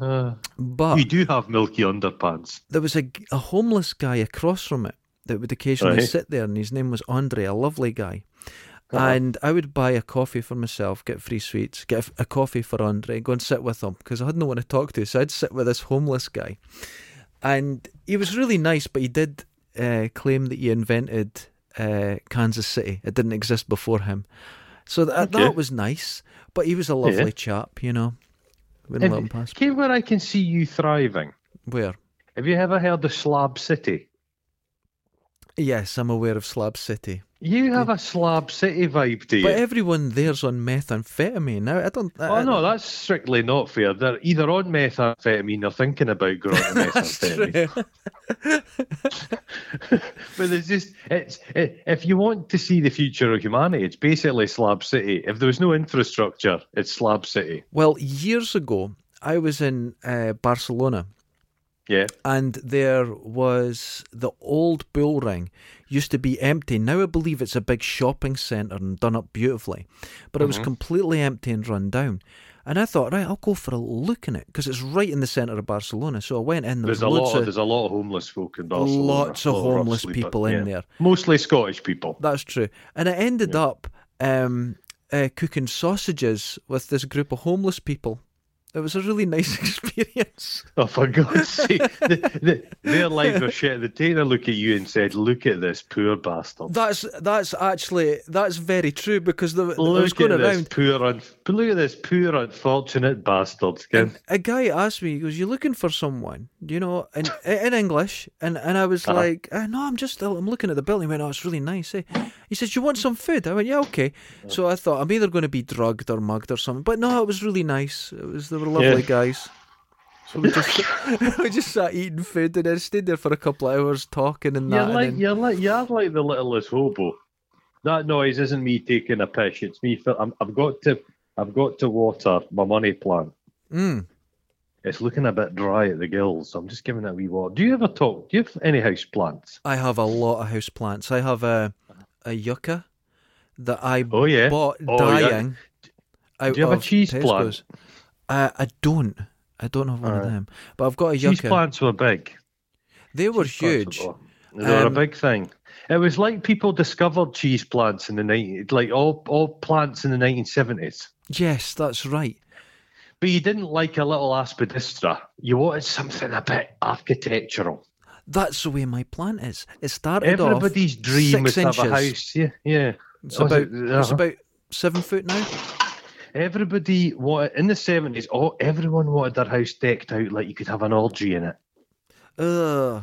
Speaker 1: Uh,
Speaker 2: But
Speaker 1: you do have milky underpants.
Speaker 2: there was a, g- a homeless guy across from it that would occasionally
Speaker 1: Right.
Speaker 2: sit there, and his name was Andre, a lovely guy.
Speaker 1: Uh-huh.
Speaker 2: And I would buy a coffee for myself, get free sweets, get a f- a, coffee for Andre, go and sit with him because I had no one to talk to, so I'd sit with this homeless guy. And he was really nice, but he did uh, claim that he invented uh, Kansas City. It didn't exist before him, so th-
Speaker 1: Okay.
Speaker 2: that was nice. But he was a lovely chap, you know.
Speaker 1: Mm-hmm.
Speaker 2: Wouldn't let him pass.
Speaker 1: Came where I can see you thriving.
Speaker 2: Where?
Speaker 1: Have you ever heard of Slab City?
Speaker 2: Yes, I'm aware of Slab City.
Speaker 1: You have a Slab City vibe to you.
Speaker 2: But uh, everyone there's on methamphetamine now. I don't. I,
Speaker 1: Oh no, that's strictly not fair. They're either on methamphetamine or thinking about going on
Speaker 2: that's
Speaker 1: methamphetamine.
Speaker 2: true.
Speaker 1: But it's just it's it, if you want to see the future of humanity, it's basically slab city. If there was no infrastructure, it's slab city.
Speaker 2: Well, years ago, I was in uh, Barcelona,
Speaker 1: Yeah,
Speaker 2: and there was the old bull ring used to be empty. Now I believe it's a big shopping centre and done up beautifully, but it was
Speaker 1: Mm-hmm.
Speaker 2: completely empty and run down. And I thought, right, I'll go for a look in it because it's right in the centre of Barcelona. So I went in. There
Speaker 1: there's
Speaker 2: was
Speaker 1: a
Speaker 2: loads
Speaker 1: lot. Of,
Speaker 2: of
Speaker 1: there's a lot of homeless folk in Barcelona.
Speaker 2: Lots of
Speaker 1: Well, they're
Speaker 2: homeless
Speaker 1: obviously, but
Speaker 2: people in
Speaker 1: yeah.
Speaker 2: there.
Speaker 1: Mostly Scottish people.
Speaker 2: That's true. And I ended up um, uh, cooking sausages with this group of homeless people. It was a really nice experience.
Speaker 1: Oh, for God's sake! the, the, their lives are shit. They take a look at you and said, "Look at this poor bastard."
Speaker 2: That's that's actually that's very true because the, I was
Speaker 1: Look
Speaker 2: going
Speaker 1: at this
Speaker 2: around.
Speaker 1: poor, un- look at this poor unfortunate bastard. Skin.
Speaker 2: And a guy asked me, he goes, "You looking for someone?" You know, in in English, and and I was
Speaker 1: Uh-huh.
Speaker 2: like, uh, "No, I'm just I'm looking at the building." He went, "Oh, it's really nice." Eh? He says, "You want some food?" I went, "Yeah, okay." So I thought I'm either going to be drugged or mugged or something, but no, it was really nice. It was they were lovely
Speaker 1: Yeah.
Speaker 2: guys. So we just we just sat eating food and then stayed there for a couple of hours talking and
Speaker 1: You're
Speaker 2: that.
Speaker 1: like
Speaker 2: and then,
Speaker 1: you're like you're like the littlest hobo. That noise isn't me taking a piss. It's me. Fil- I'm, I've got to. I've got to water my money plant.
Speaker 2: Mm.
Speaker 1: It's looking a bit dry at the gills. so I'm just giving it a wee water. Do you ever talk? Do you have any house plants?
Speaker 2: I have a lot of house plants. I have a a yucca that I
Speaker 1: Oh yeah.
Speaker 2: bought
Speaker 1: Oh, yeah.
Speaker 2: dying. Out
Speaker 1: Do you have a
Speaker 2: of
Speaker 1: cheese
Speaker 2: Tesco's.
Speaker 1: plant?
Speaker 2: Uh, I don't. I don't have one of
Speaker 1: Alright.
Speaker 2: them, but I've got a
Speaker 1: Cheese
Speaker 2: yucca.
Speaker 1: plants were big.
Speaker 2: They were
Speaker 1: Cheese plants
Speaker 2: huge.
Speaker 1: Were, they were
Speaker 2: Um,
Speaker 1: a big thing. It was like people discovered cheese plants in the night, like all all plants in the 1970s.
Speaker 2: Yes, that's right.
Speaker 1: But you didn't like a little aspidistra. You wanted something a bit architectural.
Speaker 2: That's the way my plant is. It started
Speaker 1: Everybody's
Speaker 2: off
Speaker 1: dream
Speaker 2: six
Speaker 1: was to have a
Speaker 2: inches.
Speaker 1: house. Yeah, yeah.
Speaker 2: It's
Speaker 1: Oh, is
Speaker 2: about
Speaker 1: it-
Speaker 2: it's
Speaker 1: uh-huh.
Speaker 2: about seven foot now.
Speaker 1: Everybody wanted in the seventies. All everyone wanted their house decked out like you could have an orgy in it.
Speaker 2: Ugh,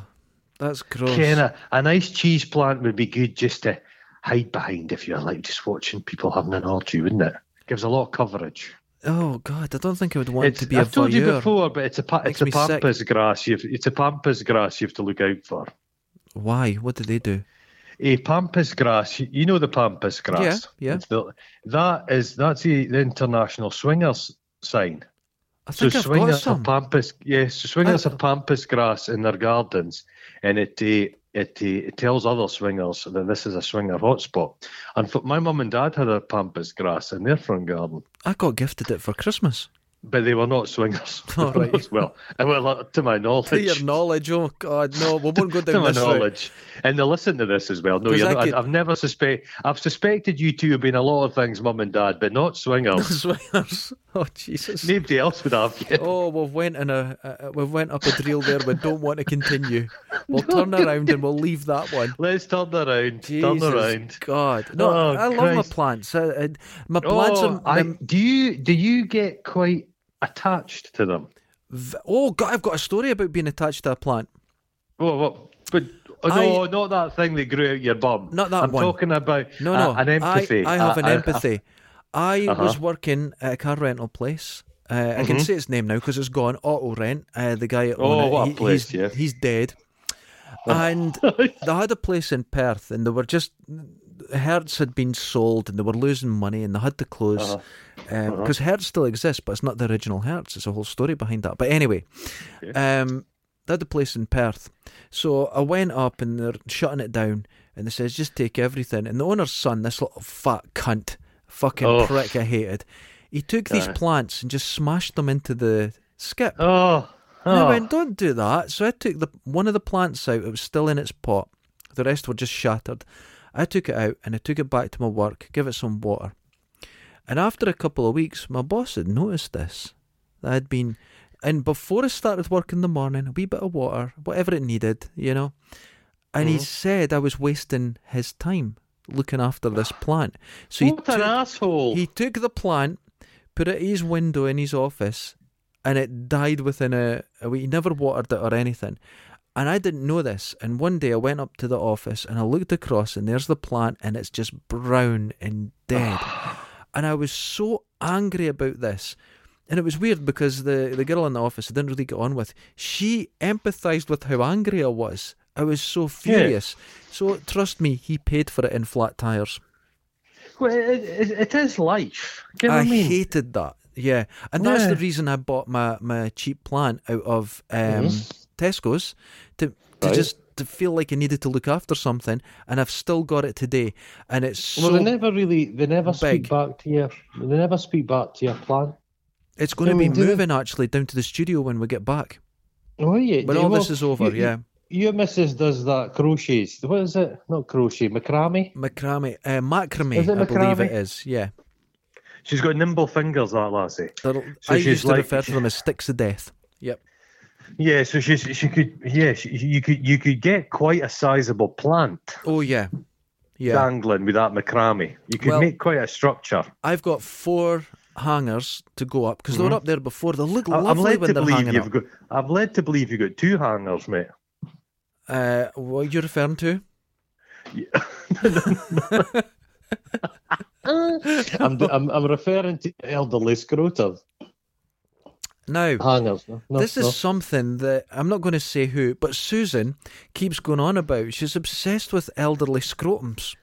Speaker 2: that's gross.
Speaker 1: Ken, a, a nice cheese plant would be good just to hide behind if you're like just watching people having an orgy, wouldn't it? Gives a lot of coverage.
Speaker 2: Oh God, I don't think I would want
Speaker 1: It's-
Speaker 2: to be a
Speaker 1: I've told you
Speaker 2: voyeur.
Speaker 1: before, but it's a pa- it's
Speaker 2: Makes
Speaker 1: a
Speaker 2: me sick.
Speaker 1: pampas grass. You've, it's a pampas grass you have to look out for.
Speaker 2: Why? What did they do?
Speaker 1: A pampas grass, you- you know the pampas grass.
Speaker 2: yeah.
Speaker 1: It's the- that is that's the, the international swingers sign.
Speaker 2: I
Speaker 1: So
Speaker 2: think I've
Speaker 1: swinging
Speaker 2: got
Speaker 1: a
Speaker 2: some.
Speaker 1: pampas, yes, so swinging a pampas grass in their gardens, and it eh, it eh, it tells other swingers that this is a swinger hotspot. And for, my mum and dad had a pampas grass in their front garden,
Speaker 2: I got gifted it for Christmas.
Speaker 1: but they were not swingers.
Speaker 2: All right.
Speaker 1: well, eh, well, uh, to my knowledge,
Speaker 2: To your knowledge, oh God, no, we won't go
Speaker 1: to
Speaker 2: down
Speaker 1: my
Speaker 2: this route.
Speaker 1: knowledge, and they listen to this as well. No,
Speaker 2: 'Cause
Speaker 1: you're
Speaker 2: I
Speaker 1: not,
Speaker 2: could-
Speaker 1: I, I've never suspect. I've suspected you two have been a lot of things, mum and dad, but not swingers.
Speaker 2: Swingers. Oh Jesus.
Speaker 1: Nobody else would have. you.
Speaker 2: Oh, we've went in a uh, we've went up a drill there. We don't want to continue. We'll turn around and we'll leave that one.
Speaker 1: Let's turn around.
Speaker 2: Jesus
Speaker 1: Turn around.
Speaker 2: God, no,
Speaker 1: Oh,
Speaker 2: I love my
Speaker 1: Christ.
Speaker 2: plants. I, I, my plants
Speaker 1: oh,
Speaker 2: are.
Speaker 1: I,
Speaker 2: I'm-
Speaker 1: do you do you get quite attached to them?
Speaker 2: v- oh God, I've got a story about being attached to a plant.
Speaker 1: Well, well but oh, no, not that thing that grew out your bum.
Speaker 2: Not that
Speaker 1: I'm
Speaker 2: one.
Speaker 1: talking about
Speaker 2: No,
Speaker 1: a-
Speaker 2: no,
Speaker 1: an empathy.
Speaker 2: I, I have
Speaker 1: A-
Speaker 2: an
Speaker 1: a-
Speaker 2: empathy. I
Speaker 1: Uh-huh. Mm-hmm.
Speaker 2: was working at a car rental place. Uh, I can say its name now because it's gone. Auto Rent. Uh, the guy. that
Speaker 1: Oh,
Speaker 2: owned it,
Speaker 1: what a
Speaker 2: he-
Speaker 1: place, Oh.
Speaker 2: he's,
Speaker 1: yeah.
Speaker 2: he's dead. And they had a place in Perth, and they were just Hertz had been sold, and they were losing money, and they had to close
Speaker 1: Uh-huh.
Speaker 2: because Um, Hertz still exists, but it's not the original Hertz. It's a whole story behind that. But anyway, um, they had a place in Perth, so I went up, and they're shutting it down, and they says just take everything, and the owner's son, this little fat cunt, fucking
Speaker 1: Oh.
Speaker 2: prick, I hated. He took these plants and just smashed them into the skip.
Speaker 1: oh,
Speaker 2: And I
Speaker 1: oh.
Speaker 2: went, don't do that. So I took the one of the plants out. It was still in its pot. The rest were just shattered. I took it out and I took it back to my work, give it some water. And after a couple of weeks, my boss had noticed this. That I'd been, and before I started work in the morning, a wee bit of water, whatever it needed, you know. And he said I was wasting his time looking after this plant. So he
Speaker 1: what an
Speaker 2: took-
Speaker 1: asshole!
Speaker 2: he took the plant, put it at his window in his office, and it died within a, a week. He never watered it or anything. And I didn't know this. And one day I went up to the office and I looked across, and there's the plant, and it's just brown and dead. and I was so angry about this. And it was weird because the, the girl in the office I didn't really get on with, she empathised with how angry I was. I was so furious. So trust me, he paid for it in flat tires.
Speaker 1: well, it, it, it is life. Do you know
Speaker 2: I
Speaker 1: what I mean?
Speaker 2: hated that. Yeah, and that's the
Speaker 1: Yeah.
Speaker 2: reason I bought my, my cheap plant out of um, Tesco's to to
Speaker 1: Right.
Speaker 2: just to feel like I needed to look after something, and I've still got it today, and it's
Speaker 1: well,
Speaker 2: so
Speaker 1: they never really they never
Speaker 2: big.
Speaker 1: speak back to your they never speak back to your plan.
Speaker 2: it's going to
Speaker 1: I
Speaker 2: be
Speaker 1: mean, do they-
Speaker 2: moving actually down to the studio when we get back.
Speaker 1: Oh, yeah,
Speaker 2: When
Speaker 1: yeah,
Speaker 2: all
Speaker 1: well,
Speaker 2: this is over,
Speaker 1: you- you-
Speaker 2: yeah,
Speaker 1: Your missus does that crochets. What is it? Not crochet, macrame.
Speaker 2: macrame, uh, macrame,
Speaker 1: Is it
Speaker 2: I believe it
Speaker 1: macrame?
Speaker 2: is. Yeah,
Speaker 1: She's got nimble fingers, that lassie.
Speaker 2: They're-
Speaker 1: So
Speaker 2: I
Speaker 1: she's
Speaker 2: used to
Speaker 1: like-
Speaker 2: refer to them as sticks of death. Yep.
Speaker 1: Yeah, so she she could yeah she, you could you could get quite a sizable plant
Speaker 2: Oh yeah, yeah.
Speaker 1: dangling with that macrame. You could
Speaker 2: Well-
Speaker 1: make quite a structure.
Speaker 2: I've got four hangers to go up because they were up there before. They look
Speaker 1: Mm-hmm. I- I'm
Speaker 2: lovely
Speaker 1: led
Speaker 2: when
Speaker 1: to
Speaker 2: they're
Speaker 1: believe
Speaker 2: hanging
Speaker 1: you've
Speaker 2: up.
Speaker 1: got. I'm led to believe you have got two hangers, mate.
Speaker 2: Uh, what are you referring to?
Speaker 1: I'm I'm, I'm referring to elderly scrotum
Speaker 2: Now,
Speaker 1: hangers. No, no,
Speaker 2: this is
Speaker 1: no.
Speaker 2: something that I'm not going to say who, but Susan keeps going on about. She's obsessed with elderly scrotums.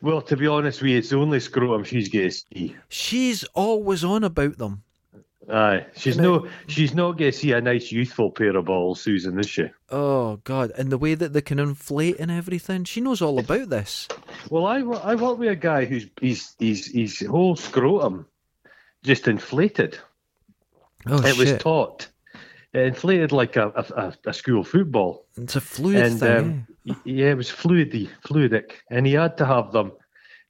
Speaker 1: well, to be honest with you, it's the only scrotum she's going to see.
Speaker 2: She's always on about them.
Speaker 1: Aye, she's no she's not going to see a nice youthful pair of balls, Susan, is she?
Speaker 2: Oh God! And the way that they can inflate and everything. She knows all about this.
Speaker 1: Well, I, wo- I work with a guy who's he's he's his whole scrotum just inflated.
Speaker 2: Oh
Speaker 1: it was
Speaker 2: shit!
Speaker 1: taut. It inflated like a, a, a- a school football.
Speaker 2: it's a fluid
Speaker 1: and
Speaker 2: thing. eh?
Speaker 1: um, y- yeah, it was fluidy, fluidic, and he had to have them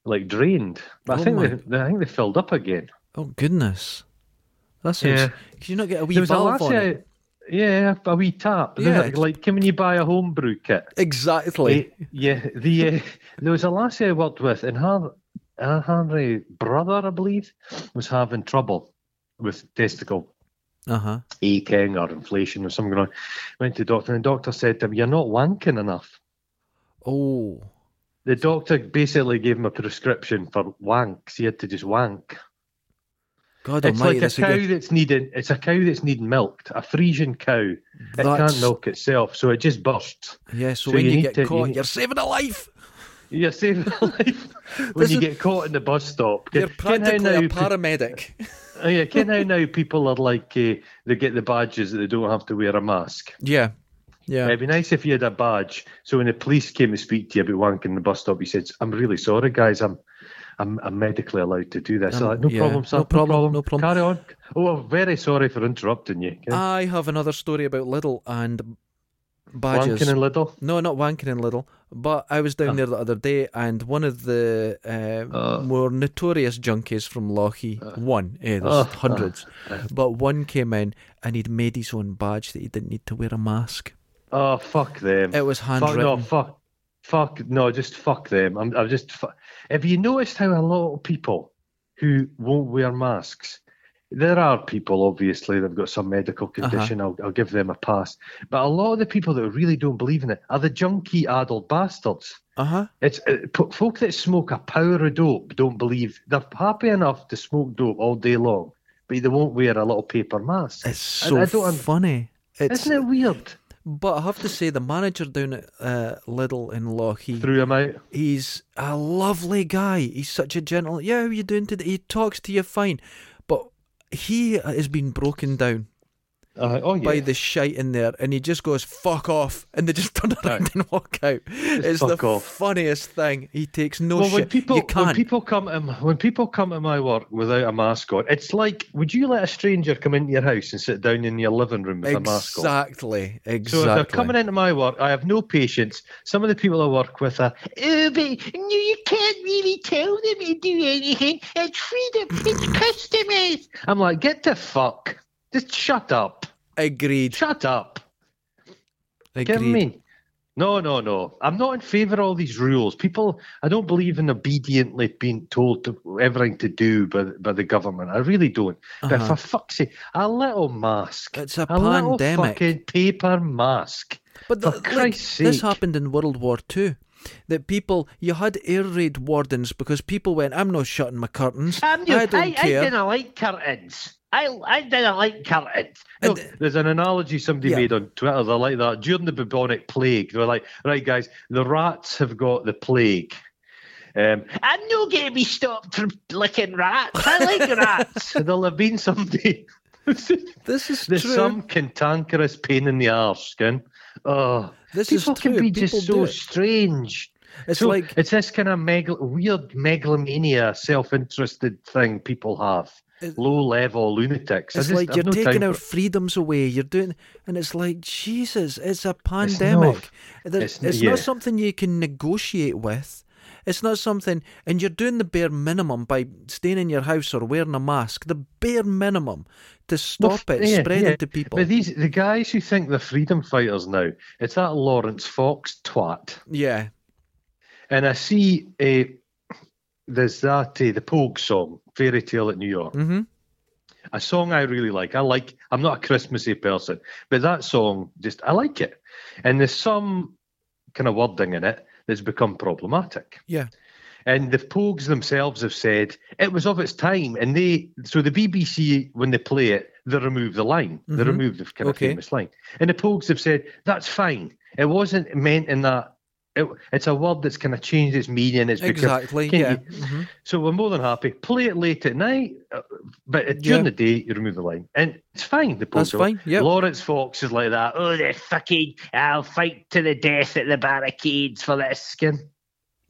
Speaker 1: like drained. But
Speaker 2: Oh
Speaker 1: I think
Speaker 2: my-
Speaker 1: they, they, I think they filled up again.
Speaker 2: eh? Oh goodness! That sounds.
Speaker 1: Yeah.
Speaker 2: Can you not get a wee
Speaker 1: There was a
Speaker 2: valve on
Speaker 1: lassie
Speaker 2: it?
Speaker 1: out- yeah, a wee tap.
Speaker 2: Yeah.
Speaker 1: Yeah, like can when you buy a homebrew kit?
Speaker 2: Exactly.
Speaker 1: Eh, yeah, the uh, there was a lassie I worked with, and her, her, her brother, I believe, was having trouble with testicle
Speaker 2: Uh huh.
Speaker 1: aching or inflation or something. Going on. Went to the doctor, and the doctor said to him, "You're not wanking enough."
Speaker 2: Oh.
Speaker 1: The doctor basically gave him a prescription for wanks. He had to just wank.
Speaker 2: God
Speaker 1: It's like
Speaker 2: almighty,
Speaker 1: a
Speaker 2: that's a
Speaker 1: cow
Speaker 2: good-
Speaker 1: that's needing. It's a cow that's needing milked. A Frisian cow. It
Speaker 2: That's-
Speaker 1: can't milk itself, so it just bursts.
Speaker 2: Yeah,
Speaker 1: So
Speaker 2: so, when
Speaker 1: you
Speaker 2: you
Speaker 1: need
Speaker 2: get
Speaker 1: to- you
Speaker 2: caught,
Speaker 1: need-
Speaker 2: you are saving a life.
Speaker 1: You save a life when
Speaker 2: This
Speaker 1: you
Speaker 2: is-
Speaker 1: get caught in the bus stop.
Speaker 2: You're
Speaker 1: Ken- Ken, how
Speaker 2: practically
Speaker 1: now
Speaker 2: a
Speaker 1: pe-
Speaker 2: paramedic.
Speaker 1: Oh, yeah, Ken, how now people are like uh, they get the badges that they don't have to wear a mask.
Speaker 2: yeah, yeah.
Speaker 1: It'd be nice if you had a badge. So when the police came to speak to you about wanking in the bus stop, you said, "I'm really sorry, guys. I'm, I'm, I'm medically allowed to do this." They're like,
Speaker 2: Um,
Speaker 1: no
Speaker 2: yeah,
Speaker 1: problem, sir.
Speaker 2: no
Speaker 1: No
Speaker 2: problem,
Speaker 1: problem,
Speaker 2: no problem."
Speaker 1: Carry on. Oh, I'm very sorry for interrupting you. Okay.
Speaker 2: I have another story about Lidl and Ah, badges.
Speaker 1: Wanking and little.
Speaker 2: No, not wanking in Little, but I was down there the other day, and one of the uh,
Speaker 1: Oh.
Speaker 2: more notorious junkies from Lochy one. Yeah, there's
Speaker 1: Oh.
Speaker 2: hundreds, but one came in and he'd made his own badge that he didn't need to wear a mask.
Speaker 1: Oh, fuck them.
Speaker 2: It was
Speaker 1: Fuck no,
Speaker 2: handwritten.
Speaker 1: fuck, fuck no, just fuck them. I'm, I'm just. Fu- Have you noticed how a lot of people who won't wear masks? There are people, obviously, that've got some medical
Speaker 2: Uh-huh.
Speaker 1: condition. I'll, I'll give them a pass. But a lot of the people that really don't believe in it are the junky adult bastards.
Speaker 2: Uh huh.
Speaker 1: It's uh, p- folk that smoke a power of dope don't believe they're happy enough to smoke dope all day long, but they won't wear a little paper mask.
Speaker 2: It's
Speaker 1: I-
Speaker 2: so
Speaker 1: I don't un-
Speaker 2: funny. It's,
Speaker 1: Isn't it weird?
Speaker 2: But I have to say, the manager down at uh, Lidl in Lochy,
Speaker 1: Threw him out.
Speaker 2: He's a lovely guy. He's such a gentle. Yeah, how you doing today? He talks to you fine, but he has been broken down
Speaker 1: Uh, oh yeah.
Speaker 2: by the shite in there, and he just goes "fuck off," and they just turn around and walk out. It's
Speaker 1: fuck
Speaker 2: the
Speaker 1: off.
Speaker 2: funniest thing. He takes no
Speaker 1: well,
Speaker 2: shit.
Speaker 1: when people
Speaker 2: you can't.
Speaker 1: when people come to, m- when people come to my work without a mask on, it's like, would you let a stranger come into your house and sit down in your living room with a mask on?
Speaker 2: exactly.
Speaker 1: So if they're
Speaker 2: Exactly.
Speaker 1: coming into my work, I have no patience. Some of the people I work with are, oh, but no, you can't really tell them to do anything. It's freedom. It's customers. I'm like, get the fuck. Just shut up.
Speaker 2: Agreed.
Speaker 1: Shut up. Give
Speaker 2: Agreed.
Speaker 1: me. No, no, no. I'm not in favour of all these rules. People, I don't believe in obediently being told to, everything to do by, by the government. I really don't. But
Speaker 2: Uh-huh.
Speaker 1: for fuck's sake, a little mask.
Speaker 2: It's a
Speaker 1: little
Speaker 2: pandemic.
Speaker 1: fucking paper mask.
Speaker 2: But
Speaker 1: For
Speaker 2: the, like,
Speaker 1: Christ's
Speaker 2: this
Speaker 1: sake.
Speaker 2: happened in World War Two. That people, you had air raid wardens because people went, I'm not shutting my curtains.
Speaker 1: Um,
Speaker 2: I don't care.
Speaker 1: like curtains. I, I didn't like curtains. No,
Speaker 2: And-
Speaker 1: there's an analogy somebody
Speaker 2: Yeah.
Speaker 1: made on Twitter. They're like that. During the bubonic plague, they were like, right, guys, the rats have got the plague. Um, I'm not going to be stopped from licking rats. I like rats. And there'll have been somebody. there's
Speaker 2: This is true.
Speaker 1: some cantankerous pain in the arse, skin. Oh,
Speaker 2: This is
Speaker 1: people can
Speaker 2: true.
Speaker 1: be
Speaker 2: People
Speaker 1: just
Speaker 2: do
Speaker 1: so
Speaker 2: it.
Speaker 1: strange.
Speaker 2: It's
Speaker 1: So
Speaker 2: like
Speaker 1: it's this kind of megal- weird megalomania, self-interested thing people have.
Speaker 2: It-
Speaker 1: Low-level lunatics. I
Speaker 2: it's
Speaker 1: just-
Speaker 2: like
Speaker 1: I've
Speaker 2: you're
Speaker 1: no
Speaker 2: taking
Speaker 1: time
Speaker 2: our
Speaker 1: for it.
Speaker 2: freedoms away. You're doing, and it's like Jesus. It's a pandemic. There- It's,
Speaker 1: It's n- yeah.
Speaker 2: not something you can negotiate with. It's not something, and you're doing the bare minimum by staying in your house or wearing a mask. The bare minimum to stop
Speaker 1: Well,
Speaker 2: it
Speaker 1: yeah,
Speaker 2: spreading
Speaker 1: yeah.
Speaker 2: to people.
Speaker 1: But these the guys who think they're freedom fighters now. It's that Lawrence Fox twat.
Speaker 2: yeah,
Speaker 1: And I see a there's that uh, the Pogue song "Fairy Tale at New York,"
Speaker 2: mm-hmm.
Speaker 1: a song I really like. I like. I'm not a Christmassy person, but that song just I like it. And there's some kind of wording in it that's become problematic.
Speaker 2: yeah,
Speaker 1: And the Pogues themselves have said it was of its time, and they so the BBC when they play it, they remove the line, they
Speaker 2: Mhm.
Speaker 1: remove the kind of
Speaker 2: Okay.
Speaker 1: famous line, and the Pogues have said that's fine. It wasn't meant in that. It, it's a word that's kind of changed its meaning. It's become-
Speaker 2: exactly.
Speaker 1: can
Speaker 2: Yeah,
Speaker 1: you-
Speaker 2: Mhm.
Speaker 1: so we're more than happy. Play it late at night, uh, but during the
Speaker 2: Yeah.
Speaker 1: day you remove the line, and it's fine. The
Speaker 2: that's
Speaker 1: Pogues are like,
Speaker 2: fine. Yeah,
Speaker 1: Lawrence Fox is like that. Oh, the fucking! I'll fight to the death at the barricades for this skin.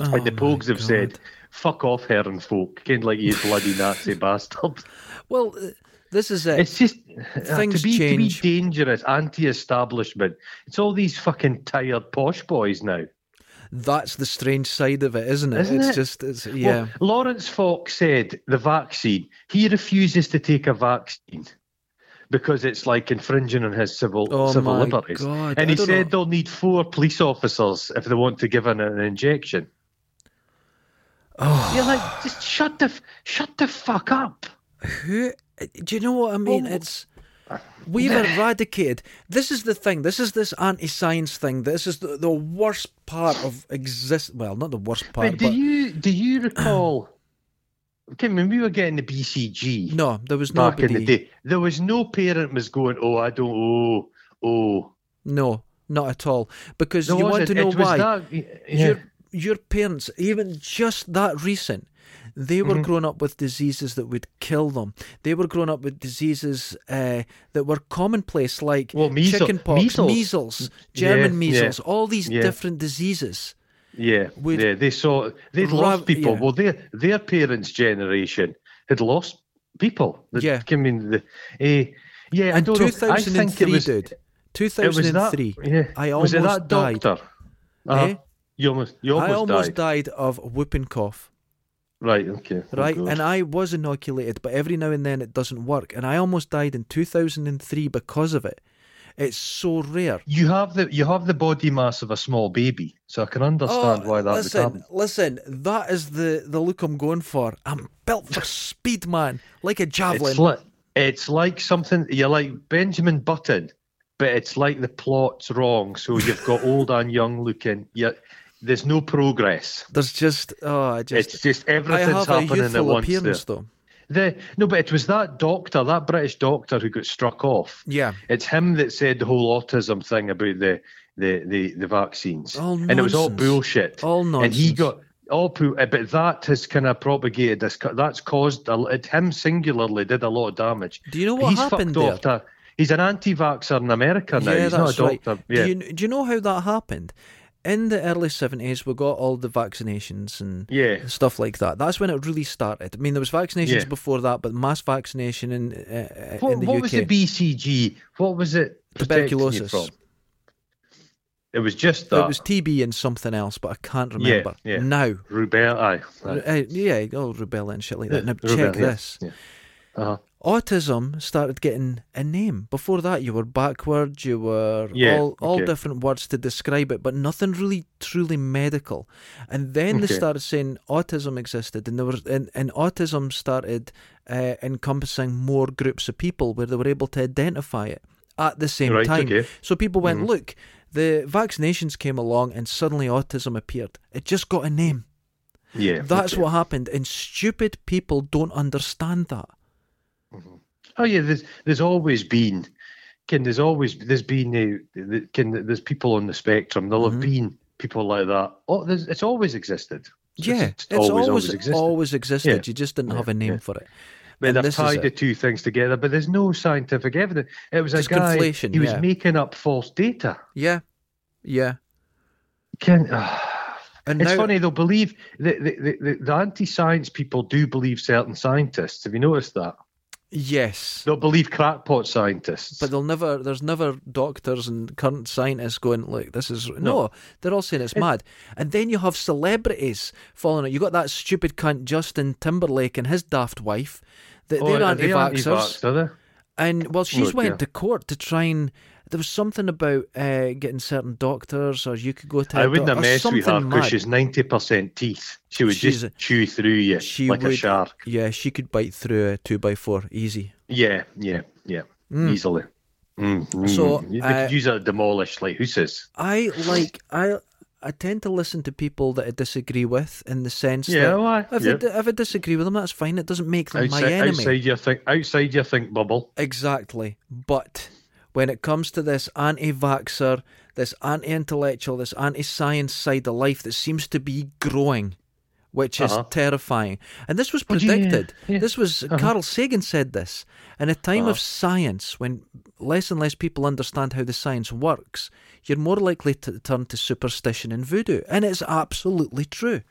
Speaker 2: Oh,
Speaker 1: Like the Pogues have said, fuck off, herring folk, kind of like you bloody Nazi bastard.
Speaker 2: Well, uh, this is it.
Speaker 1: It's just uh,
Speaker 2: Things
Speaker 1: to, be,
Speaker 2: change.
Speaker 1: to be dangerous, anti establishment. It's all these fucking tired posh boys now.
Speaker 2: That's the strange side of it, isn't it?
Speaker 1: Isn't
Speaker 2: it's
Speaker 1: it?
Speaker 2: just, it's yeah.
Speaker 1: Well, Lawrence Fox said the vaccine, he refuses to take a vaccine because it's like infringing on his civil,
Speaker 2: Oh
Speaker 1: civil
Speaker 2: my
Speaker 1: liberties.
Speaker 2: God,
Speaker 1: And
Speaker 2: I
Speaker 1: he
Speaker 2: don't
Speaker 1: said
Speaker 2: know.
Speaker 1: they'll need four police officers if they want to give an, an injection.
Speaker 2: Oh,
Speaker 1: You're like, just shut the, f- shut the fuck up.
Speaker 2: who? Do you know what I mean?
Speaker 1: Well-
Speaker 2: it's we've eradicated. This is the thing. This is this anti-science thing. This is the, the worst part of exist. Well, not the worst part,
Speaker 1: But
Speaker 2: but,
Speaker 1: do you do you recall? Kim, when we were getting the BCG
Speaker 2: no, there was
Speaker 1: back
Speaker 2: nobody.
Speaker 1: in the day, there was no parent was going, "Oh, I don't, oh, oh."
Speaker 2: No, not at all. Because
Speaker 1: There
Speaker 2: you want
Speaker 1: wasn't.
Speaker 2: to know
Speaker 1: it was
Speaker 2: why
Speaker 1: That, yeah.
Speaker 2: your your parents, even just that recent, they
Speaker 1: Mm-hmm.
Speaker 2: were grown up with diseases that would kill them. They were grown up with diseases uh, that were commonplace, like
Speaker 1: Well, measle-
Speaker 2: chicken pox, measles,
Speaker 1: measles.
Speaker 2: German
Speaker 1: Yeah, yeah.
Speaker 2: measles, all these
Speaker 1: Yeah.
Speaker 2: different diseases.
Speaker 1: Yeah,
Speaker 2: We'd-
Speaker 1: yeah, they saw they would
Speaker 2: Rav-
Speaker 1: lost people.
Speaker 2: yeah.
Speaker 1: Well, their their parents' generation had lost people. The-
Speaker 2: Yeah.
Speaker 1: I mean, the, eh, yeah, I
Speaker 2: In
Speaker 1: don't know. I
Speaker 2: 2003,
Speaker 1: think it was
Speaker 2: dude.
Speaker 1: it was that.
Speaker 2: 2003.
Speaker 1: Yeah,
Speaker 2: I
Speaker 1: was it
Speaker 2: almost
Speaker 1: that
Speaker 2: died.
Speaker 1: doctor? Uh-huh.
Speaker 2: Eh?
Speaker 1: You almost, you almost,
Speaker 2: I almost
Speaker 1: died.
Speaker 2: died. of whooping cough,
Speaker 1: Right. Okay. Oh,
Speaker 2: right?
Speaker 1: God.
Speaker 2: and I was inoculated, but every now and then it doesn't work. And I almost died in 2003 because of it. It's so rare.
Speaker 1: you have the you have the body mass of a small baby, so I can understand why that would
Speaker 2: Oh, listen,
Speaker 1: happen.
Speaker 2: listen, that is the, the look I'm going for. I'm built for speed, man, like a javelin.
Speaker 1: It's like it's like something you're like Benjamin Button, but it's like the plot's wrong. So you've got old and young looking. Yeah, there's no progress.
Speaker 2: There's just, oh, I just,
Speaker 1: it's just
Speaker 2: I
Speaker 1: everything's
Speaker 2: have a
Speaker 1: happening at
Speaker 2: youthful
Speaker 1: once. There.
Speaker 2: appearance, though.
Speaker 1: The, no, but it was that doctor, that British doctor who got struck off.
Speaker 2: Yeah,
Speaker 1: It's him that said the whole autism thing about the the the, the vaccines,
Speaker 2: All
Speaker 1: and it was all
Speaker 2: nonsense.
Speaker 1: bullshit.
Speaker 2: all
Speaker 1: and
Speaker 2: nonsense.
Speaker 1: he got all poo. eh, But that has kind of propagated this. co- That's caused a, it, him singularly did a lot of damage.
Speaker 2: Do you know what
Speaker 1: he's
Speaker 2: happened
Speaker 1: fucked
Speaker 2: there?
Speaker 1: off. To, he's an anti-vaxxer in America now.
Speaker 2: Yeah,
Speaker 1: he's
Speaker 2: that's
Speaker 1: not a doctor.
Speaker 2: right.
Speaker 1: Yeah.
Speaker 2: Do, you, do you know how that happened? In the early 70s, we got all the vaccinations and
Speaker 1: Yeah.
Speaker 2: stuff like that. That's when it really started. I mean, there was vaccinations
Speaker 1: Yeah.
Speaker 2: before that, but mass vaccination in, uh, uh,
Speaker 1: What,
Speaker 2: in the
Speaker 1: what
Speaker 2: UK.
Speaker 1: was the BCG? What was it? protecting you
Speaker 2: Tuberculosis.
Speaker 1: from? It was just that.
Speaker 2: it was TB and something else, but I can't remember
Speaker 1: yeah.
Speaker 2: now.
Speaker 1: rubella. Aye. aye.
Speaker 2: Uh, yeah, all rubella and shit like that. Now
Speaker 1: Rubella,
Speaker 2: check
Speaker 1: yeah,
Speaker 2: this.
Speaker 1: yeah. Uh-huh.
Speaker 2: Autism started getting a name. Before that, you were backwards. You were
Speaker 1: Yeah,
Speaker 2: all all
Speaker 1: okay.
Speaker 2: different words to describe it, but nothing really truly medical. And then they
Speaker 1: Okay.
Speaker 2: started saying autism existed, and there was and, and autism started uh, encompassing more groups of people where they were able to identify it at the same
Speaker 1: Right,
Speaker 2: time.
Speaker 1: okay. Mm-hmm.
Speaker 2: So people went, look, the vaccinations came along, and suddenly autism appeared. It just got a name.
Speaker 1: Yeah.
Speaker 2: That's
Speaker 1: okay.
Speaker 2: what happened, and stupid people don't understand that.
Speaker 1: Oh yeah, there's there's always been, can there's always there's been a, can there's people on the spectrum. There'll
Speaker 2: Mm-hmm.
Speaker 1: have been people like that. Oh, there's, it's always existed. It's
Speaker 2: Yeah,
Speaker 1: just- it's, always, always existed.
Speaker 2: always existed.
Speaker 1: Yeah.
Speaker 2: You just didn't have a name for it.
Speaker 1: but
Speaker 2: and
Speaker 1: they've
Speaker 2: this is
Speaker 1: tied the
Speaker 2: it.
Speaker 1: two things together. But there's no scientific evidence. It was
Speaker 2: Just
Speaker 1: a guy.
Speaker 2: conflation,
Speaker 1: he was
Speaker 2: yeah.
Speaker 1: making up false data.
Speaker 2: Yeah, yeah.
Speaker 1: Can.
Speaker 2: And
Speaker 1: It's
Speaker 2: now,
Speaker 1: funny they'll believe the the, the, the, the anti science people do believe certain scientists. Have you noticed that?
Speaker 2: yes,
Speaker 1: They'll believe crackpot scientists.
Speaker 2: but they'll never. There's never doctors and current scientists going, "Look, this is no." they're all saying it's mad, and then you have celebrities following it. You got that stupid cunt Justin Timberlake and his daft wife. That
Speaker 1: Oh,
Speaker 2: they're
Speaker 1: are they
Speaker 2: anti-vaxxers.
Speaker 1: anti-vaxxed, are they?
Speaker 2: And well, she's
Speaker 1: Look,
Speaker 2: went
Speaker 1: yeah.
Speaker 2: to court to try and. There was something about uh, getting certain doctors, or you could go to.
Speaker 1: I
Speaker 2: a
Speaker 1: wouldn't
Speaker 2: doc-
Speaker 1: have
Speaker 2: or
Speaker 1: messed with her
Speaker 2: something
Speaker 1: because
Speaker 2: mad.
Speaker 1: she's ninety percent teeth. She would
Speaker 2: She's
Speaker 1: just
Speaker 2: a-
Speaker 1: chew through you
Speaker 2: She
Speaker 1: like
Speaker 2: would,
Speaker 1: a shark.
Speaker 2: Yeah, she could bite through a two by four easy.
Speaker 1: Yeah, yeah, yeah, easily. Mm, mm.
Speaker 2: So,
Speaker 1: You- they
Speaker 2: uh,
Speaker 1: could use her to demolish like hooses.
Speaker 2: I like I I tend to listen to people that I disagree with in the sense
Speaker 1: Yeah,
Speaker 2: that
Speaker 1: why?
Speaker 2: if, I,
Speaker 1: Yeah.
Speaker 2: di- if I disagree with them, that's fine. It doesn't make them my
Speaker 1: Outside,
Speaker 2: enemy.
Speaker 1: outside your think, outside your think bubble.
Speaker 2: Exactly. But when it comes to this anti vaxxer, this anti intellectual, this anti science side of life that seems to be growing, which
Speaker 1: Uh-huh.
Speaker 2: is terrifying. And this was
Speaker 1: do you-
Speaker 2: predicted.
Speaker 1: yeah. Uh-huh.
Speaker 2: This was Carl Sagan said this. In a time of science, when less and less people understand how the science works, you're more likely to turn to superstition and voodoo. And it's absolutely true.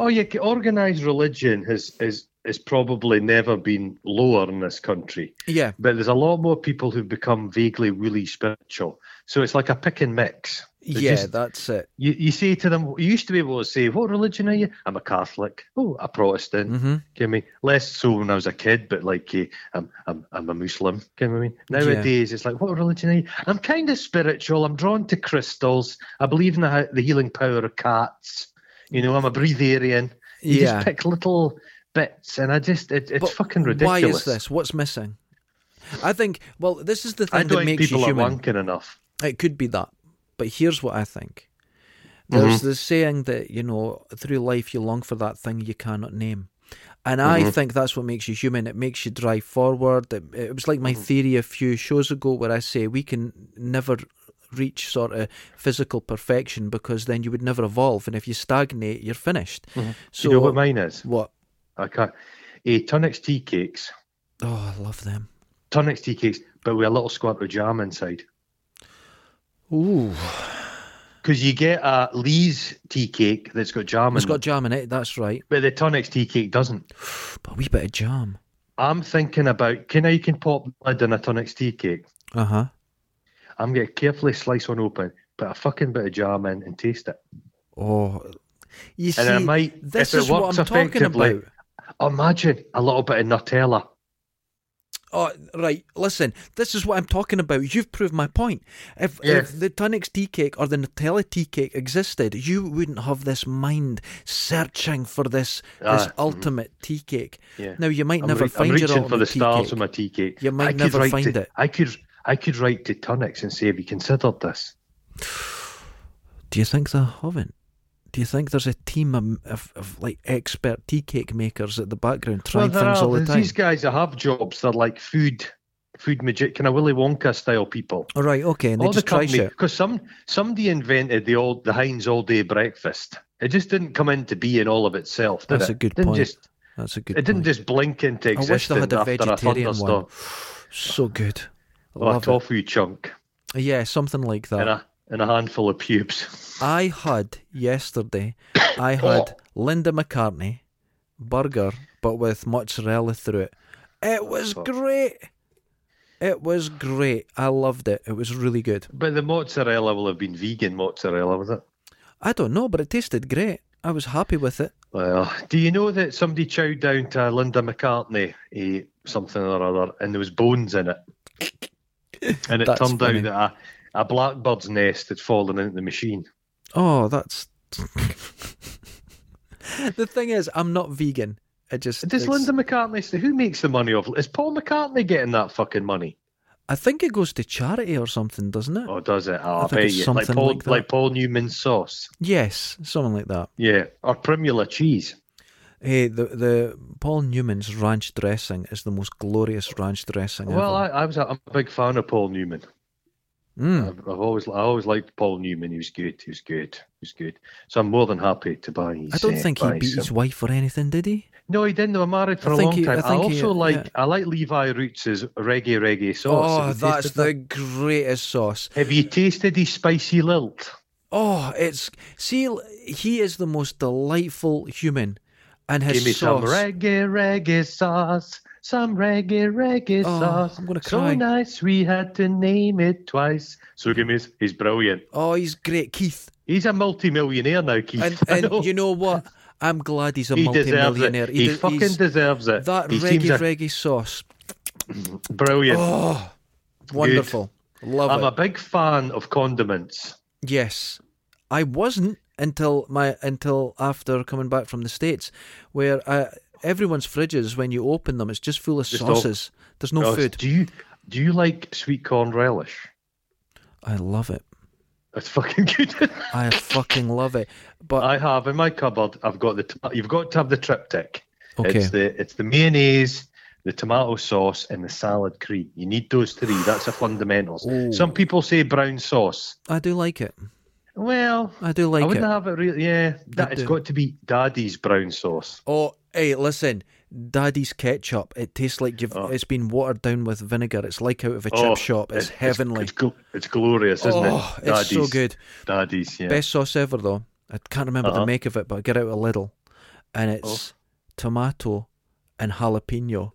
Speaker 1: Oh yeah, c- organised religion has is is probably never been lower in this country.
Speaker 2: Yeah.
Speaker 1: But there's a lot more people who've become vaguely really spiritual. So it's like a pick and mix. They
Speaker 2: yeah,
Speaker 1: just-
Speaker 2: that's it.
Speaker 1: You, you say to them, you used to be able to say, What religion are you? I'm a Catholic. Oh, a Protestant.
Speaker 2: Mhm.
Speaker 1: You know what I mean? Less so when I was a kid, but like, eh, I'm, I'm, I'm a Muslim. You know what I mean? Nowadays, it's like, What religion are you? I'm kind of spiritual. I'm drawn to crystals. I believe in the, the healing power of cats. You know, I'm a breatharian. You
Speaker 2: Yeah.
Speaker 1: just pick little bits, and I just, it, it's
Speaker 2: But
Speaker 1: fucking ridiculous.
Speaker 2: Why is this? What's missing? I think. Well, this is the
Speaker 1: I
Speaker 2: thing
Speaker 1: don't
Speaker 2: that
Speaker 1: think
Speaker 2: makes you
Speaker 1: people are
Speaker 2: human.
Speaker 1: wanking enough.
Speaker 2: It could be that, but here's what I think. There's
Speaker 1: Mm-hmm.
Speaker 2: the saying that you know through life you long for that thing you cannot name, and
Speaker 1: Mm-hmm.
Speaker 2: I think that's what makes you human. It makes you drive
Speaker 1: Mm.
Speaker 2: forward. It, it was like my theory a few shows ago where I say we can never reach sort of physical perfection because then you would never evolve, and if you stagnate, you're finished. So
Speaker 1: Mm-hmm. you know what mine is?
Speaker 2: what?
Speaker 1: I can't. A Tunnocks tea cakes.
Speaker 2: Oh, I love them.
Speaker 1: Tunnocks tea cakes, but with a little squirt of jam inside.
Speaker 2: Ooh,
Speaker 1: Because you get a Lee's tea cake that's got jam in
Speaker 2: it's
Speaker 1: it,
Speaker 2: got jam in it. That's right,
Speaker 1: but the Tunnocks tea cake doesn't.
Speaker 2: but a wee bit of jam.
Speaker 1: I'm thinking about, can I can pop the lid in a Tunnocks tea cake?
Speaker 2: Uh huh.
Speaker 1: I'm going to carefully slice one open, put a fucking bit of jam in and taste it.
Speaker 2: Oh, you see,
Speaker 1: And I might,
Speaker 2: this
Speaker 1: if it
Speaker 2: is what
Speaker 1: works
Speaker 2: I'm talking
Speaker 1: effectively,
Speaker 2: about.
Speaker 1: Imagine a little bit of Nutella.
Speaker 2: Oh, right. Listen, this is what I'm talking about. You've proved my point. If,
Speaker 1: Yeah.
Speaker 2: if the Tunnocks tea cake or the Nutella tea cake existed, you wouldn't have this mind searching for this this
Speaker 1: Ah, mhm.
Speaker 2: ultimate tea cake.
Speaker 1: Yeah.
Speaker 2: Now you might
Speaker 1: I'm,
Speaker 2: never
Speaker 1: re-
Speaker 2: find
Speaker 1: I'm
Speaker 2: your
Speaker 1: reaching
Speaker 2: ultimate
Speaker 1: for the
Speaker 2: tea
Speaker 1: stars
Speaker 2: cake.
Speaker 1: on my tea cake.
Speaker 2: You might
Speaker 1: I could
Speaker 2: never
Speaker 1: write
Speaker 2: find
Speaker 1: to-
Speaker 2: it.
Speaker 1: I could, I could write to Tunnocks and say, "Have you considered this?"
Speaker 2: Do you think they haven't? Do you think there's a team of, of, of like expert tea cake makers at the background trying
Speaker 1: there
Speaker 2: things
Speaker 1: are.
Speaker 2: all the
Speaker 1: There's
Speaker 2: time?
Speaker 1: These guys that have jobs, they're like food, food magic, kind of Willy Wonka style people.
Speaker 2: All right, okay, and they
Speaker 1: all the
Speaker 2: just try
Speaker 1: company,
Speaker 2: shit.
Speaker 1: because some somebody invented the old the Heinz all day breakfast. It just didn't come into being all of itself. Did
Speaker 2: That's
Speaker 1: it?
Speaker 2: a good
Speaker 1: didn't
Speaker 2: point.
Speaker 1: Just,
Speaker 2: That's a good.
Speaker 1: it didn't
Speaker 2: point.
Speaker 1: just blink into
Speaker 2: I wish they
Speaker 1: existence
Speaker 2: had a
Speaker 1: after a
Speaker 2: vegetarian one.
Speaker 1: thunderstorm
Speaker 2: So good. I
Speaker 1: or a
Speaker 2: love it. Oh.
Speaker 1: tofu chunk
Speaker 2: Yeah, something like
Speaker 1: and
Speaker 2: that.
Speaker 1: a and a handful of pubes.
Speaker 2: I had yesterday, I had Linda McCartney burger, but with mozzarella through it. It was great. It was great. I loved it. It was really good.
Speaker 1: But the mozzarella will have been vegan mozzarella, was it?
Speaker 2: I don't know, but it tasted great. I was happy with it.
Speaker 1: Well, do you know that somebody chowed down to Linda McCartney, eh, something or other, and there was bones in it? And it
Speaker 2: That's
Speaker 1: turned
Speaker 2: funny.
Speaker 1: out that a, a blackbird's nest had fallen into the machine.
Speaker 2: Oh, that's. the thing is, I'm not vegan. I just.
Speaker 1: Does
Speaker 2: it's-
Speaker 1: Linda McCartney say who makes the money off? Is Paul McCartney getting that fucking money?
Speaker 2: I think it goes to charity or something, doesn't it?
Speaker 1: Or does it? Oh,
Speaker 2: I
Speaker 1: I,
Speaker 2: think
Speaker 1: bet
Speaker 2: it's
Speaker 1: you. Like
Speaker 2: something
Speaker 1: Paul,
Speaker 2: like
Speaker 1: like,
Speaker 2: that.
Speaker 1: Paul Newman's sauce.
Speaker 2: Yes, something like that.
Speaker 1: Yeah. Or Primula cheese.
Speaker 2: Hey, the the Paul Newman's ranch dressing is the most glorious ranch dressing
Speaker 1: Well, I,
Speaker 2: ever.
Speaker 1: I was a, I'm a big fan of Paul Newman.
Speaker 2: Mm.
Speaker 1: I've, I've always I always liked Paul Newman. He was good. He was good. He was good. So I'm more than happy to buy. His,
Speaker 2: I don't
Speaker 1: uh,
Speaker 2: think he
Speaker 1: buy
Speaker 2: beat
Speaker 1: some-
Speaker 2: his wife or anything, did he?
Speaker 1: No, he didn't. They were married for
Speaker 2: I
Speaker 1: a
Speaker 2: think
Speaker 1: long
Speaker 2: he- I
Speaker 1: time. I,
Speaker 2: think he- uh,
Speaker 1: also like
Speaker 2: yeah.
Speaker 1: I like Levi Roots's reggae reggae sauce.
Speaker 2: oh,
Speaker 1: Have you
Speaker 2: that's
Speaker 1: tasted
Speaker 2: the greatest sauce.
Speaker 1: that? Have you tasted his spicy lilt?
Speaker 2: Oh, it's see, l- he is the most delightful human, and his
Speaker 1: Give me some
Speaker 2: sauce.
Speaker 1: reggae reggae sauce. Some reggae reggae
Speaker 2: Oh,
Speaker 1: sauce.
Speaker 2: I'm gonna cry.
Speaker 1: So nice we had to name it twice. So give me. He's brilliant.
Speaker 2: oh, he's great, Keith.
Speaker 1: He's a multi-millionaire now, Keith.
Speaker 2: And,
Speaker 1: I
Speaker 2: and
Speaker 1: know.
Speaker 2: you know what? I'm glad he's a
Speaker 1: he deserves it.
Speaker 2: multimillionaire.
Speaker 1: He,
Speaker 2: de-
Speaker 1: fucking
Speaker 2: he's-
Speaker 1: deserves it.
Speaker 2: that
Speaker 1: he
Speaker 2: reggae
Speaker 1: seems a
Speaker 2: reggae sauce.
Speaker 1: Brilliant.
Speaker 2: Oh, wonderful. Love
Speaker 1: I'm
Speaker 2: it.
Speaker 1: a big fan of condiments.
Speaker 2: Yes, I wasn't until my until after coming back from the states, where uh, everyone's fridges when you open them, it's just full of
Speaker 1: Just all-
Speaker 2: sauces. There's no
Speaker 1: Ross,
Speaker 2: food.
Speaker 1: Do you do you like sweet corn relish?
Speaker 2: I love it.
Speaker 1: That's fucking good.
Speaker 2: I fucking love it. But
Speaker 1: I have in my cupboard. I've got the. tom- You've got to have the triptych.
Speaker 2: Okay.
Speaker 1: It's the it's the mayonnaise, the tomato sauce, and the salad cream. You need those three. That's the fundamentals.
Speaker 2: Ooh.
Speaker 1: Some people say brown sauce.
Speaker 2: I do like it.
Speaker 1: Well,
Speaker 2: I do like
Speaker 1: I
Speaker 2: it.
Speaker 1: wouldn't have it really. Yeah, that, it's
Speaker 2: do.
Speaker 1: got to be daddy's brown sauce.
Speaker 2: Oh, hey, listen, Daddy's ketchup. It tastes like you've
Speaker 1: Oh.
Speaker 2: it's been watered down with vinegar. It's like out of a chip
Speaker 1: Oh,
Speaker 2: shop. It's, heavenly.
Speaker 1: It's, gl- it's glorious, isn't
Speaker 2: Oh,
Speaker 1: it?
Speaker 2: it's so
Speaker 1: Daddy's-
Speaker 2: good.
Speaker 1: Daddy's, yeah.
Speaker 2: Best sauce ever though. I can't remember the
Speaker 1: Uh-huh. Oh.
Speaker 2: make of it, but I get out a little, and it's tomato and jalapeno.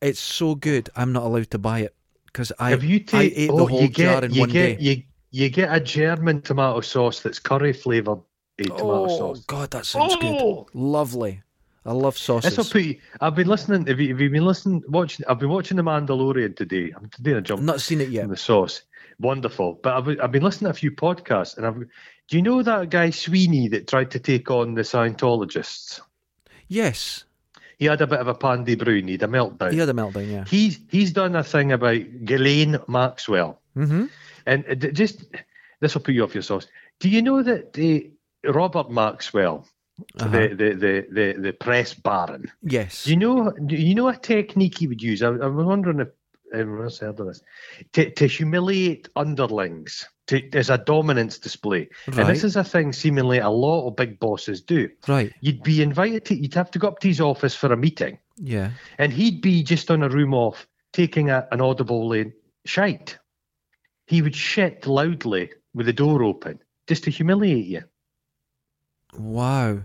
Speaker 2: It's so good. I'm not allowed to buy it because I
Speaker 1: Have you
Speaker 2: I
Speaker 1: take,
Speaker 2: ate
Speaker 1: oh,
Speaker 2: the whole
Speaker 1: you get,
Speaker 2: jar in
Speaker 1: you
Speaker 2: one
Speaker 1: get,
Speaker 2: day.
Speaker 1: You, you get a German tomato sauce that's curry flavored tomato
Speaker 2: oh
Speaker 1: sauce.
Speaker 2: God, that sounds
Speaker 1: Oh!
Speaker 2: good. Lovely. I love sauces.
Speaker 1: This will put you, I've been listening. Have you, have you been listening? Watching. I've been watching The Mandalorian today. I'm doing a jump
Speaker 2: I've not seen it yet.
Speaker 1: in the sauce. Wonderful. But I've, I've been listening to a few podcasts, and I've. Do you know that guy Sweeney that tried to take on the Scientologists?
Speaker 2: Yes,
Speaker 1: He had a bit of a pandy brown. He had a meltdown.
Speaker 2: he had a meltdown. Yeah.
Speaker 1: he's he's done a thing about Ghislaine Maxwell,
Speaker 2: Mm-hmm.
Speaker 1: and it- it just this will put you off your sauce. Do you know that the Robert Maxwell,
Speaker 2: Uh-huh.
Speaker 1: the, the, the the the press baron?
Speaker 2: Yes.
Speaker 1: Do you know do you know a technique he would use? I, I was wondering if Everyone else heard of this. To, to humiliate underlings to, is a dominance display. And
Speaker 2: Right.
Speaker 1: this is a thing seemingly a lot of big bosses do.
Speaker 2: Right.
Speaker 1: You'd be invited to, you'd have to go up to his office for a meeting,
Speaker 2: Yeah.
Speaker 1: and he'd be just on a room off taking a, an audible lane shite. He would shit loudly with the door open just to humiliate you.
Speaker 2: Wow.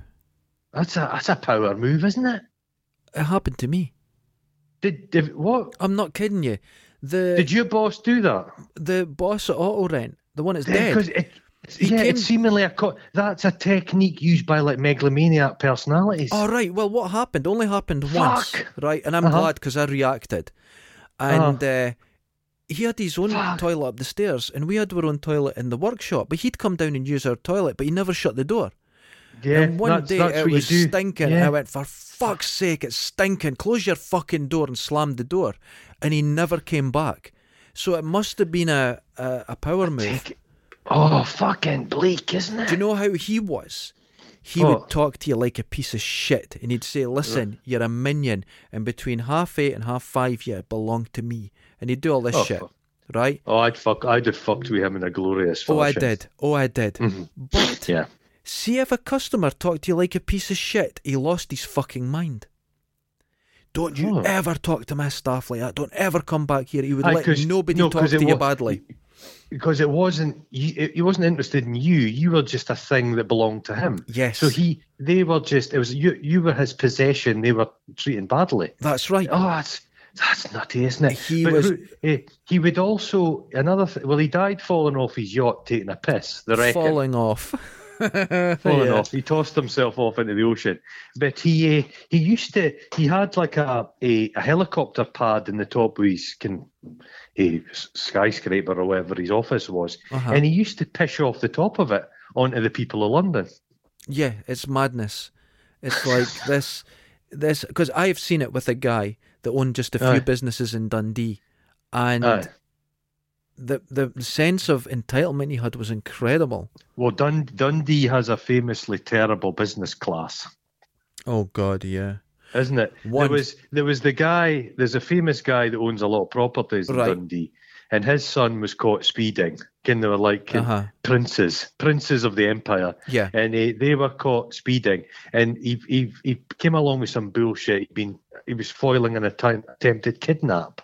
Speaker 1: That's a that's a power move, isn't it?
Speaker 2: It happened to me.
Speaker 1: Did, did what?
Speaker 2: I'm not kidding you. The
Speaker 1: Did your boss do that?
Speaker 2: the boss at Auto Rent, the one that's dead.
Speaker 1: Because it,
Speaker 2: He
Speaker 1: yeah,
Speaker 2: came-
Speaker 1: it's seemingly a co- that's a technique used by like megalomaniac personalities.
Speaker 2: All Oh, right. Well, what happened only happened once,
Speaker 1: Fuck.
Speaker 2: right? And I'm
Speaker 1: Uh-huh.
Speaker 2: glad because I reacted. And uh he had his own
Speaker 1: Fuck.
Speaker 2: toilet up the stairs, and we had our own toilet in the workshop. But he'd come down and use our toilet, but he never shut the door.
Speaker 1: yeah,
Speaker 2: and one
Speaker 1: that's,
Speaker 2: day
Speaker 1: that's
Speaker 2: it
Speaker 1: what
Speaker 2: was
Speaker 1: you do.
Speaker 2: stinking. And I
Speaker 1: Yeah.
Speaker 2: went, for fuck's sake, it's stinking. Close your fucking door and slammed the door. And he never came back. So it must have been a, a, a power move.
Speaker 1: Take- oh, fucking bleak, isn't it?
Speaker 2: Do you know how he was? He
Speaker 1: What?
Speaker 2: would talk to you like a piece of shit and he'd say, Listen, you're a minion. And between half eight and half five, you belong to me. And he'd do all this
Speaker 1: Oh,
Speaker 2: shit.
Speaker 1: fuck.
Speaker 2: Right?
Speaker 1: oh, I'd fuck, I'd have fucked with him in a glorious
Speaker 2: Oh, I
Speaker 1: fashion.
Speaker 2: did. Oh, I did.
Speaker 1: Mm-hmm.
Speaker 2: But
Speaker 1: Yeah.
Speaker 2: See if a customer talked to you like a piece of shit, he lost his fucking mind. Don't you
Speaker 1: Oh.
Speaker 2: ever talk to my staff like that. Don't ever come back here. He would
Speaker 1: Aye,
Speaker 2: let
Speaker 1: 'cause-
Speaker 2: nobody
Speaker 1: no,
Speaker 2: talk
Speaker 1: 'cause
Speaker 2: to
Speaker 1: it
Speaker 2: you
Speaker 1: wa-
Speaker 2: badly.
Speaker 1: Because it wasn't, you- it- he wasn't interested in you. You were just a thing that belonged to him.
Speaker 2: Yes.
Speaker 1: So he, they were just, it was you. You were his possession. They were treating badly.
Speaker 2: That's right.
Speaker 1: Oh, that's that's nutty, isn't it?
Speaker 2: He
Speaker 1: But
Speaker 2: was-
Speaker 1: Ru- eh, he would also another. Th- well, he died falling off his yacht taking a piss. The wreck falling,
Speaker 2: Falling off.
Speaker 1: falling
Speaker 2: Yeah.
Speaker 1: off. He tossed himself off into the ocean. But he uh, he used to he had like a, a a helicopter pad in the top of his can a skyscraper or wherever his office was,
Speaker 2: Uh-huh.
Speaker 1: and he used to piss off the top of it onto the people of London.
Speaker 2: Yeah, it's madness. It's like this, this because I've seen it with a guy that owned just a few
Speaker 1: Aye.
Speaker 2: businesses in Dundee, and
Speaker 1: Aye.
Speaker 2: the the sense of entitlement he had was incredible.
Speaker 1: Well, Dun- Dundee has a famously terrible business class.
Speaker 2: Oh God, yeah.
Speaker 1: isn't it?
Speaker 2: One.
Speaker 1: There was there was the guy. There's a famous guy that owns a lot of properties in
Speaker 2: Right.
Speaker 1: Dundee, and his son was caught speeding. Ken, they were like
Speaker 2: Uh-huh.
Speaker 1: princes, princes of the empire,
Speaker 2: Yeah.
Speaker 1: and they, they were caught speeding. And he, he he came along with some bullshit. He'd been he was foiling an attempt, attempted kidnap.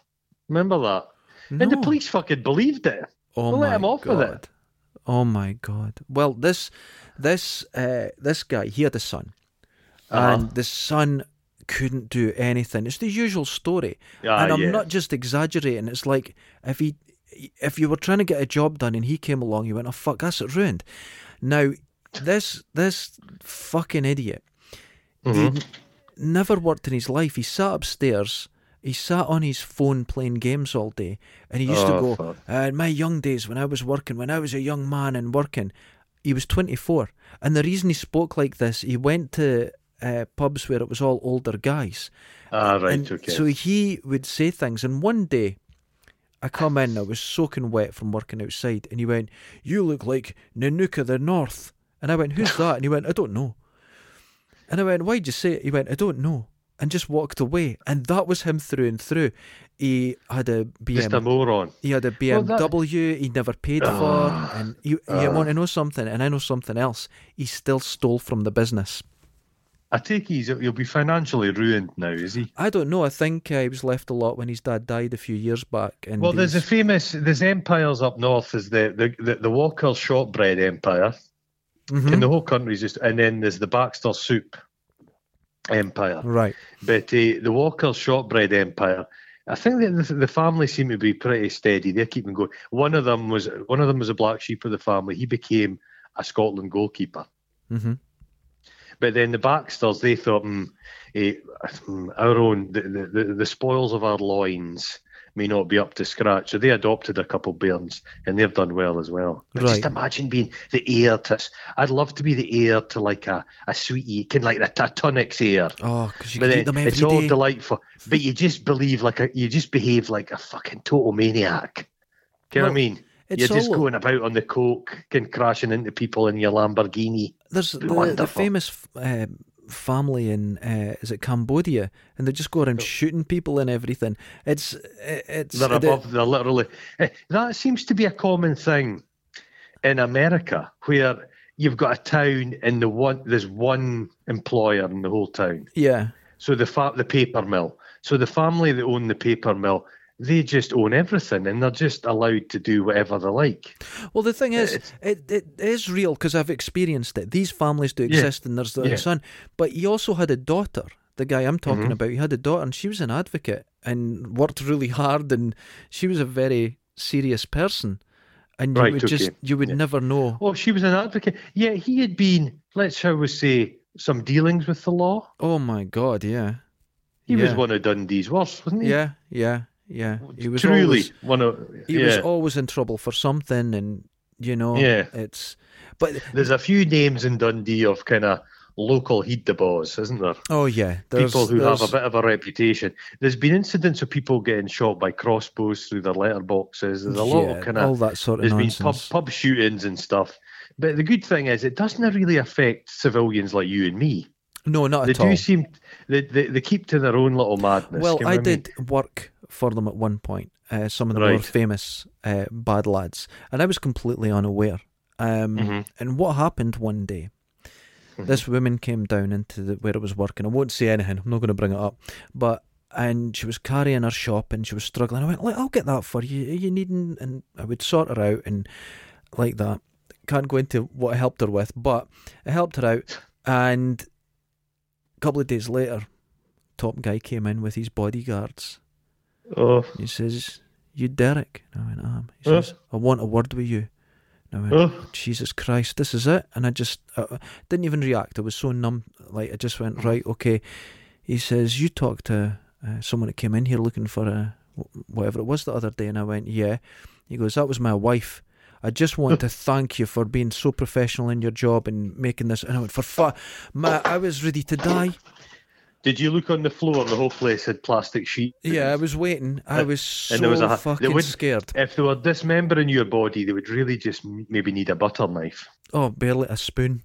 Speaker 1: Remember that? And the
Speaker 2: No.
Speaker 1: police fucking believed it.
Speaker 2: Oh
Speaker 1: We'll
Speaker 2: my
Speaker 1: let him off
Speaker 2: god.
Speaker 1: with it.
Speaker 2: Oh my god. Well, this this uh, this guy he had a son,
Speaker 1: Uh-huh.
Speaker 2: and the son couldn't do anything. It's the usual story,
Speaker 1: Ah,
Speaker 2: and I'm
Speaker 1: yeah.
Speaker 2: not just exaggerating. It's like if he if you were trying to get a job done and he came along, you went, "Oh fuck, that's it ruined." Now this this fucking idiot.
Speaker 1: Mm-hmm.
Speaker 2: He never worked in his life. He sat upstairs. He sat on his phone playing games all day, and he used to
Speaker 1: Oh,
Speaker 2: go.
Speaker 1: fuck.
Speaker 2: "Uh, in my young days, when I was working, when I was a young man and working, he was twenty four. And the reason he spoke like this, he went to uh, pubs where it was all older guys,
Speaker 1: Ah, right,
Speaker 2: and
Speaker 1: okay.
Speaker 2: so he would say things. And one day, I come in, I was soaking wet from working outside, and he went, "You look like Nanuka the North." And I went, "Who's that?" And he went, "I don't know." And I went, "Why'd you say it?" He went, "I don't know," and just walked away. And that was him through and through. He had a
Speaker 1: just a
Speaker 2: BMW.
Speaker 1: moron.
Speaker 2: He had a
Speaker 1: Well, that-
Speaker 2: BMW he never paid
Speaker 1: Ah.
Speaker 2: for, and he, you want to know something, and I know something else. He still stole from the business.
Speaker 1: I take he's he'll be financially ruined now, is he?
Speaker 2: I don't know. I think uh, he was left a lot when his dad died a few years back. And
Speaker 1: Well, there's a
Speaker 2: he's-
Speaker 1: famous there's empires up north. Is the the the, the Walker shortbread empire,
Speaker 2: Mhm.
Speaker 1: and the whole country's just. And then there's the Baxter soup empire.
Speaker 2: right.
Speaker 1: But uh, the Walker shortbread empire, I think that the, the family seem to be pretty steady. They're keeping going. One of them was one of them was a black sheep of the family. He became a Scotland goalkeeper.
Speaker 2: hmm
Speaker 1: But then the Baxters, they thought, mm, eh, mm, our own, the, the, the- the spoils of our loins may not be up to scratch. So they adopted a couple Bairns and they've done well as well. But
Speaker 2: Right.
Speaker 1: Just imagine being the heir to, s- I'd love to be the heir to like a, a sweetie, kind of like the Tatonic's heir.
Speaker 2: Oh, because you
Speaker 1: But
Speaker 2: can
Speaker 1: then
Speaker 2: eat them every
Speaker 1: it's all
Speaker 2: day.
Speaker 1: delightful. But you just believe like a, you just behave like a fucking total maniac. Do you know what I
Speaker 2: Well,
Speaker 1: mean?
Speaker 2: it's
Speaker 1: You're just
Speaker 2: all-
Speaker 1: going about on the coke and crashing into people in your Lamborghini.
Speaker 2: There's the, the
Speaker 1: wonderful.
Speaker 2: famous f- uh, family in uh, is it Cambodia, and they just go around shooting people and everything. It's it's
Speaker 1: Oh. They're
Speaker 2: it-
Speaker 1: above. They're literally. Eh, That seems to be a common thing in America, where you've got a town and the one there's one employer in the whole town.
Speaker 2: yeah,
Speaker 1: So the fa- the paper mill. So the family that own the paper mill, they just own everything, and they're just allowed to do whatever they like.
Speaker 2: Well, the thing is,
Speaker 1: It's-
Speaker 2: it, it is real because I've experienced it. These families do
Speaker 1: Yeah.
Speaker 2: exist, and there's the
Speaker 1: Yeah. Mm-hmm.
Speaker 2: son. But he also had a daughter. The guy I'm talking about, he had a daughter, and she was an advocate and worked really hard, and she was a very serious person. And you
Speaker 1: Right,
Speaker 2: would
Speaker 1: okay.
Speaker 2: just, you would
Speaker 1: Yeah.
Speaker 2: never know.
Speaker 1: Well, she was an advocate. Yeah, he had been, let's shall we say, some dealings with the law.
Speaker 2: Oh my God, yeah,
Speaker 1: He was
Speaker 2: Yeah.
Speaker 1: one of Dundee's worst, wasn't he?
Speaker 2: yeah, yeah, yeah. He was
Speaker 1: truly
Speaker 2: always,
Speaker 1: one of.
Speaker 2: he
Speaker 1: yeah.
Speaker 2: was always in trouble for something, and you know,
Speaker 1: Yeah.
Speaker 2: it's. But
Speaker 1: There's a few names in Dundee of kind of local heed the boss, isn't there?
Speaker 2: oh yeah, there's,
Speaker 1: people who have a
Speaker 2: there's-
Speaker 1: bit of a reputation. There's been incidents of people getting shot by crossbows through their letterboxes. There's a lot
Speaker 2: yeah,
Speaker 1: of kind
Speaker 2: all
Speaker 1: of.
Speaker 2: that sort of
Speaker 1: There's been
Speaker 2: nonsense.
Speaker 1: pub, pub shootings and stuff. But the good thing is, it doesn't really affect civilians like you and me.
Speaker 2: No, not
Speaker 1: They
Speaker 2: at all.
Speaker 1: do seem they, they they keep to their own little madness.
Speaker 2: Well,
Speaker 1: can
Speaker 2: I
Speaker 1: we mean?
Speaker 2: did work for them at one point. Uh, some of the more
Speaker 1: Right.
Speaker 2: famous uh, bad lads, and I was completely unaware. Um,
Speaker 1: Mm-hmm.
Speaker 2: And what happened one day? This woman came down into the, where it was working. I won't say anything. I'm not going to bring it up. But and she was carrying her shop, and she was struggling. I went, "Like, I'll get that for you. Are you needing?" And I would sort her out and like that. Can't go into what I helped her with, but I helped her out. And a couple of days later, top guy came in with his bodyguards.
Speaker 1: Oh,
Speaker 2: He says, You Derek? And I went, um. He says, I want a word with you. And I went,
Speaker 1: oh,
Speaker 2: Jesus Christ, this is it. And I just I I didn't even react. I was so numb. Like, I just went, Right, okay. He says, You talked to uh, someone that came in here looking for a, wh- whatever it was the other day. And I went, Yeah. He goes, That was my wife. I just want to thank you for being so professional in your job and making this. And I went, For fuck, ma, I was ready to die.
Speaker 1: did you look on the floor? The whole place had plastic sheets.
Speaker 2: Yeah, I was waiting. I was so
Speaker 1: And there was a- they
Speaker 2: fucking
Speaker 1: wouldn't-
Speaker 2: scared.
Speaker 1: If they were dismembering your body, they would really just m- maybe need a butter knife,
Speaker 2: Oh, barely a spoon.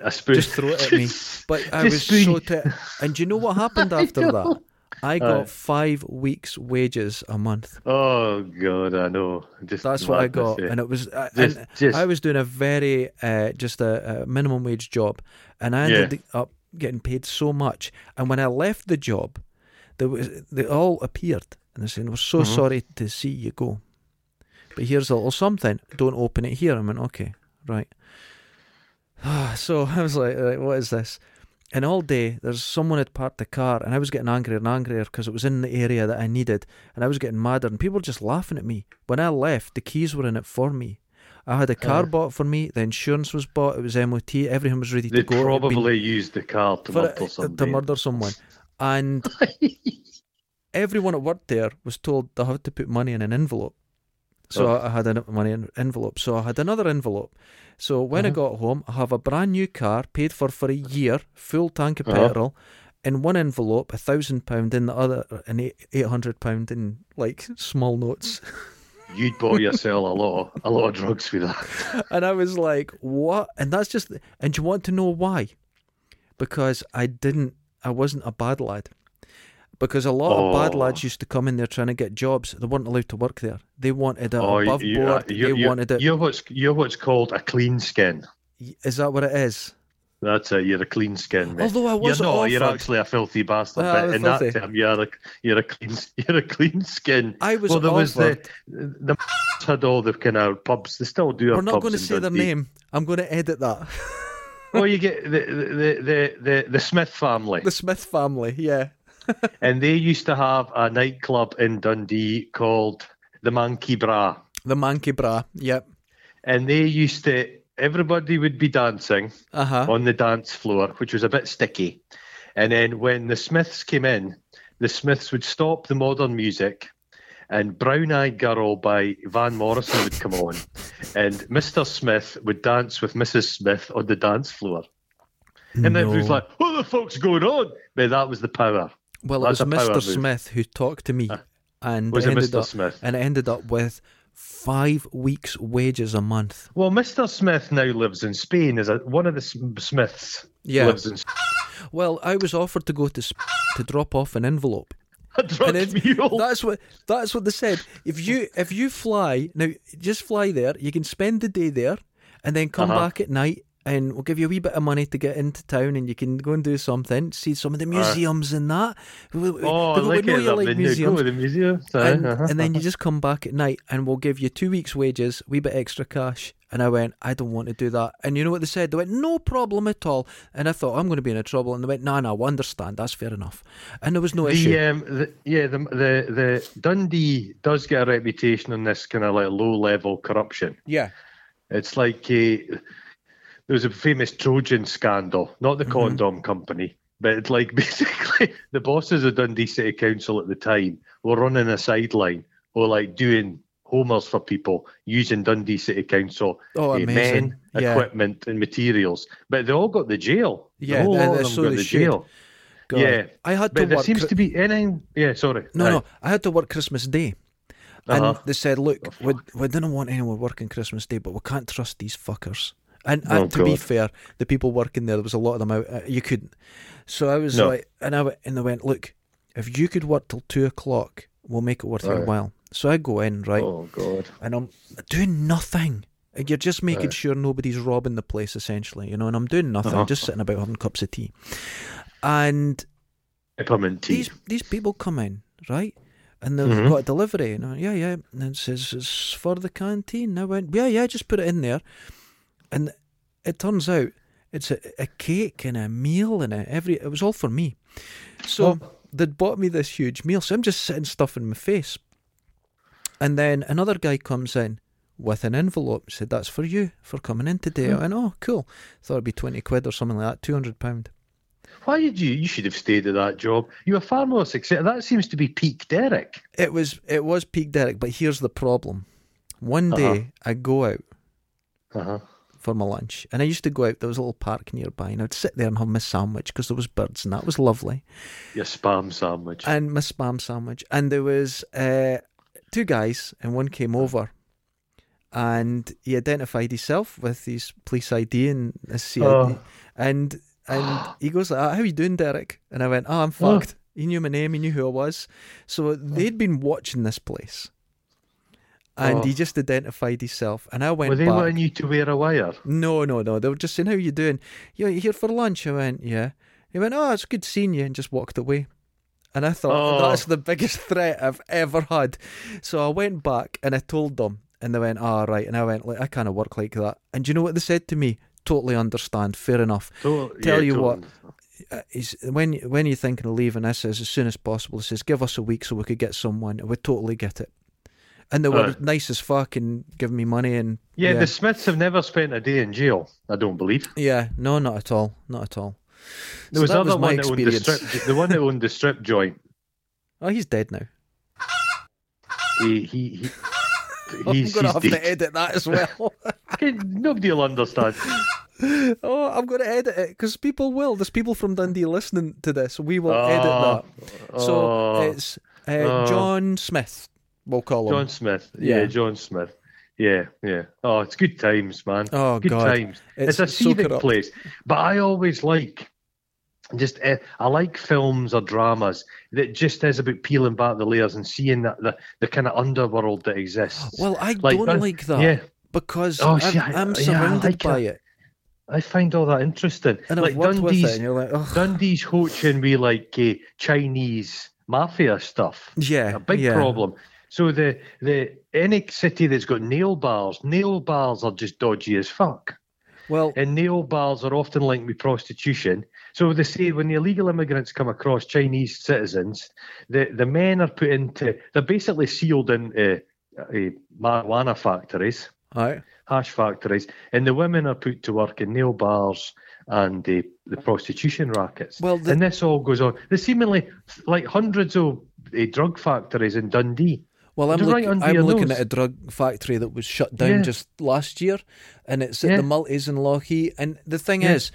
Speaker 1: a spoon.
Speaker 2: Just throw it at me. But I was
Speaker 1: just spoon.
Speaker 2: so. T- and do you know what happened after that? I got
Speaker 1: Aye.
Speaker 2: five weeks' wages a month.
Speaker 1: Oh God, I know. Just
Speaker 2: That's what I
Speaker 1: madness,
Speaker 2: got,
Speaker 1: eh?
Speaker 2: and it was. I-
Speaker 1: Just-
Speaker 2: and
Speaker 1: just-
Speaker 2: I was doing a very uh, just a, a minimum wage job, and I ended up getting paid so much. And when I left the job, there was they all appeared and they saying, "We're so
Speaker 1: Mm-hmm.
Speaker 2: sorry to see you go, but here's a little something. Don't open it here." I went, "Okay, right." Ah, so I was like, right, "What is this?" And all day, there's someone had parked the car, and I was getting angrier and angrier because it was in the area that I needed, and I was getting madder, and people were just laughing at me. When I left, the keys were in it for me. I had a car bought for me, the insurance was bought, it was MOT, everything was ready
Speaker 1: They
Speaker 2: to go. It had been
Speaker 1: probably used the car to
Speaker 2: for it-
Speaker 1: murder
Speaker 2: to
Speaker 1: somebody.
Speaker 2: murder someone. And everyone at work there was told they had to put money in an envelope. So I had a money in envelope. So I had another envelope. So when I got home, I have a brand new car paid for for a year, full tank of
Speaker 1: Uh-huh.
Speaker 2: petrol, in one envelope, a thousand pound, in the other, an eight- eight hundred pound in like small notes.
Speaker 1: You'd bought yourself a lot, of, a lot of drugs with that.
Speaker 2: and I was like, "What?" And that's just. And do you want to know why? Because I didn't. I wasn't a bad lad. Because a lot of bad
Speaker 1: Oh.
Speaker 2: lads used to come in there trying to get jobs. They weren't allowed to work there. They wanted it
Speaker 1: Oh,
Speaker 2: above
Speaker 1: you-
Speaker 2: board.
Speaker 1: you-
Speaker 2: they
Speaker 1: you-
Speaker 2: wanted it.
Speaker 1: You're what's you're what's called a clean skin.
Speaker 2: Is that what it is?
Speaker 1: That's it. You're a clean skin. Mate.
Speaker 2: Although I was
Speaker 1: you're not. You're
Speaker 2: offered-
Speaker 1: actually a filthy bastard.
Speaker 2: Ah, I was
Speaker 1: but in that
Speaker 2: filthy.
Speaker 1: term, you're a you're a clean you're a clean skin.
Speaker 2: I was
Speaker 1: well, there was the
Speaker 2: offered-
Speaker 1: the had all the kind of pubs. They still do.
Speaker 2: We're
Speaker 1: have
Speaker 2: not
Speaker 1: pubs
Speaker 2: going to
Speaker 1: in
Speaker 2: say their
Speaker 1: Dundee.
Speaker 2: name. I'm going to edit that.
Speaker 1: Well, you get the the the the, the Smith family,
Speaker 2: the Smith family. Yeah.
Speaker 1: and they used to have a nightclub in Dundee called the Monkey Bra.
Speaker 2: The Mankey Bra. Yep.
Speaker 1: and they used to everybody would be dancing
Speaker 2: Uh huh.
Speaker 1: on the dance floor which was a bit sticky and then when the smiths came in the smiths would stop the modern music and brown eyed girl by van morrison would come on and mr smith would dance with mrs smith on the dance floor and
Speaker 2: No.
Speaker 1: everyone's like what the fuck's going on but that was the power
Speaker 2: Well, it was
Speaker 1: that's a power
Speaker 2: Mr.
Speaker 1: move. Uh,
Speaker 2: Smith who talked to me, and
Speaker 1: was it
Speaker 2: ended
Speaker 1: Mr.
Speaker 2: up
Speaker 1: Smith?
Speaker 2: and I ended up with five weeks' wages a month.
Speaker 1: well mr smith now lives in spain is a, one of the Sm- smiths
Speaker 2: Yeah.
Speaker 1: lives in
Speaker 2: Well, I was offered to go to sp- to drop off an envelope.
Speaker 1: A drug
Speaker 2: And it-
Speaker 1: mule.
Speaker 2: That's what that's what they said. If you if you fly now, just fly there. You can spend the day there, and then come
Speaker 1: Uh-huh.
Speaker 2: back at night, and we'll give you a wee bit of money to get into town, and you can go and do something, see some of the museums and that. We- we-
Speaker 1: oh, I
Speaker 2: we
Speaker 1: like
Speaker 2: know
Speaker 1: it.
Speaker 2: you
Speaker 1: that
Speaker 2: like
Speaker 1: they do go
Speaker 2: museums.
Speaker 1: to the Uh-huh. museum.
Speaker 2: And, and then you just come back at night, and we'll give you two weeks' wages, wee bit extra cash. And I went, I don't want to do that. And you know what they said? They went, no problem at all. And I thought, I'm going to be in trouble. And they went, no, no, I understand. That's fair enough. And there was no issue.
Speaker 1: the, um, the, yeah, the, the the Dundee does get a reputation on this kind of like low level corruption.
Speaker 2: Yeah.
Speaker 1: It's like uh, there was a famous Trojan scandal, not
Speaker 2: Mhm.
Speaker 1: the condom company, but it's like basically the bosses of Dundee City Council at the time were running a sideline or like doing homers for people using Dundee City Council
Speaker 2: Oh,
Speaker 1: uh,
Speaker 2: amazing.
Speaker 1: men,
Speaker 2: Yeah.
Speaker 1: equipment, and materials. But they all got the jail.
Speaker 2: Yeah,
Speaker 1: the whole
Speaker 2: and
Speaker 1: lot of
Speaker 2: that's
Speaker 1: them
Speaker 2: so
Speaker 1: got
Speaker 2: they
Speaker 1: the
Speaker 2: should.
Speaker 1: jail.
Speaker 2: God.
Speaker 1: Yeah.
Speaker 2: I had to
Speaker 1: But there
Speaker 2: work.
Speaker 1: seems to be anything. Yeah, sorry.
Speaker 2: no,
Speaker 1: Aye.
Speaker 2: no, I had to work Christmas Day. And
Speaker 1: Uh-huh.
Speaker 2: they said, look, we, we don't want anyone working Christmas Day, but we can't trust these fuckers. And,
Speaker 1: Oh,
Speaker 2: and to be
Speaker 1: God.
Speaker 2: fair, the people working there, there was a lot of them out. Uh, you couldn't. So I was
Speaker 1: No.
Speaker 2: like, and I went, and they went, look, if you could work till two o'clock, we'll make it worth your
Speaker 1: Aye.
Speaker 2: while. So I go in, right?
Speaker 1: Oh, God.
Speaker 2: and I'm doing nothing. And You're just making sure nobody's robbing the place, essentially, you know. And I'm doing nothing,
Speaker 1: Uh-huh.
Speaker 2: just sitting about having cups of tea. And
Speaker 1: Peppermint tea.
Speaker 2: these these people come in, right? And they've
Speaker 1: Mhm.
Speaker 2: got a delivery, and I, yeah, yeah. And it says it's for the canteen. And I went, yeah, yeah, just put it in there. And it turns out it's a, a cake and a meal and a every. It was all for me. So they'd bought me this huge meal. So I'm just sitting stuff in my face. And then another guy comes in with an envelope. Said that's for you for coming in today. I went, oh, cool. Thought it'd be twenty quid or something like that, two hundred pound.
Speaker 1: Why did you? You should have stayed at that job. You were far more successful. That seems to be peak Derek.
Speaker 2: It was it was peak Derek, but here's the problem. One day I go out
Speaker 1: Uh-huh.
Speaker 2: for my lunch, and I used to go out. There was a little park nearby, and I'd sit there and have my sandwich because there was birds, and that was lovely.
Speaker 1: Your spam sandwich.
Speaker 2: And my spam sandwich, and there was uh, two guys, and one came over, and he identified himself with his police ID and his CID,
Speaker 1: Oh.
Speaker 2: and and he goes, like, "Ah, "How you doing, Derek?" And I went, "Oh, I'm
Speaker 1: Oh.
Speaker 2: fucked." He knew my name, he knew who I was, so they'd been watching this place. And
Speaker 1: Oh.
Speaker 2: he just identified himself, and I went.
Speaker 1: Were they
Speaker 2: back.
Speaker 1: wanting you to wear a wire?
Speaker 2: No, no, no. They were just saying, How you doing? You're here for lunch? I went, Yeah. He went, Oh, it's good seeing you, and just walked away. And I thought,
Speaker 1: Oh.
Speaker 2: That's the biggest threat I've ever had. So I went back and I told them, and they went, Ah, right. And I went, like, I kind of work like that. And do you know what they said to me? Totally understand. Fair enough.
Speaker 1: So,
Speaker 2: Tell
Speaker 1: yeah,
Speaker 2: you
Speaker 1: don't-
Speaker 2: what, uh, he's, when when you're thinking of leaving, I says as soon as possible. He says, give us a week so we could get someone. We totally get it. And they were
Speaker 1: Aye.
Speaker 2: nice as fuck and giving me money and
Speaker 1: Yeah, the Smiths have never spent a day in jail. I don't believe.
Speaker 2: Yeah, no, not at all, not at all.
Speaker 1: There
Speaker 2: So
Speaker 1: was
Speaker 2: that
Speaker 1: other
Speaker 2: was my
Speaker 1: one that owned the
Speaker 2: experience.
Speaker 1: strip. The one that owned the strip joint.
Speaker 2: Oh, he's dead now.
Speaker 1: He he. he He's,
Speaker 2: Oh, I'm
Speaker 1: he's
Speaker 2: gonna have
Speaker 1: dead.
Speaker 2: to edit that as well.
Speaker 1: Nobody will understand.
Speaker 2: oh, I'm gonna edit it because people will. There's people from Dundee listening to this. We will
Speaker 1: Ah,
Speaker 2: edit that. So
Speaker 1: ah,
Speaker 2: it's uh,
Speaker 1: ah.
Speaker 2: John Smith. We'll call him.
Speaker 1: John Smith.
Speaker 2: Yeah.
Speaker 1: Yeah. John Smith. Yeah, yeah. Oh, it's good times, man.
Speaker 2: Oh,
Speaker 1: good
Speaker 2: God.
Speaker 1: times.
Speaker 2: It's
Speaker 1: It's,
Speaker 2: so
Speaker 1: a scenic
Speaker 2: corrupt.
Speaker 1: place, but I always like just eh, I like films or dramas that just is about peeling back the layers and seeing that the, the kind of underworld that exists.
Speaker 2: Well, I
Speaker 1: Like
Speaker 2: don't
Speaker 1: that-
Speaker 2: like that
Speaker 1: yeah.
Speaker 2: because
Speaker 1: Oh,
Speaker 2: I'm,
Speaker 1: see, I-
Speaker 2: I'm
Speaker 1: yeah, I
Speaker 2: surrounded
Speaker 1: like
Speaker 2: by
Speaker 1: it.
Speaker 2: it,
Speaker 1: I find all that interesting.
Speaker 2: and
Speaker 1: like
Speaker 2: I've worked with it,
Speaker 1: Dundee's
Speaker 2: and you're like, oh,
Speaker 1: Dundee's poaching with like eh, Chinese mafia stuff.
Speaker 2: yeah,
Speaker 1: a big
Speaker 2: yeah.
Speaker 1: problem. So the the any city that's got nail bars, nail bars are just dodgy as fuck.
Speaker 2: Well,
Speaker 1: And nail bars are often linked with prostitution. So they say when the illegal immigrants come across Chinese citizens, the, the men are put into, they're basically sealed in uh, uh, marijuana factories,
Speaker 2: all right.
Speaker 1: hash factories, and the women are put to work in nail bars and uh, the prostitution rackets.
Speaker 2: Well, the-
Speaker 1: and this all goes on. There's seemingly like hundreds of uh, drug factories in Dundee.
Speaker 2: Well, I'm,
Speaker 1: They're
Speaker 2: look,
Speaker 1: right under
Speaker 2: I'm
Speaker 1: your
Speaker 2: looking
Speaker 1: nose.
Speaker 2: at a drug factory that was shut down
Speaker 1: Yeah.
Speaker 2: just last year, and it's at
Speaker 1: Yeah.
Speaker 2: the Multis in Lochee. And the thing
Speaker 1: Yeah.
Speaker 2: is,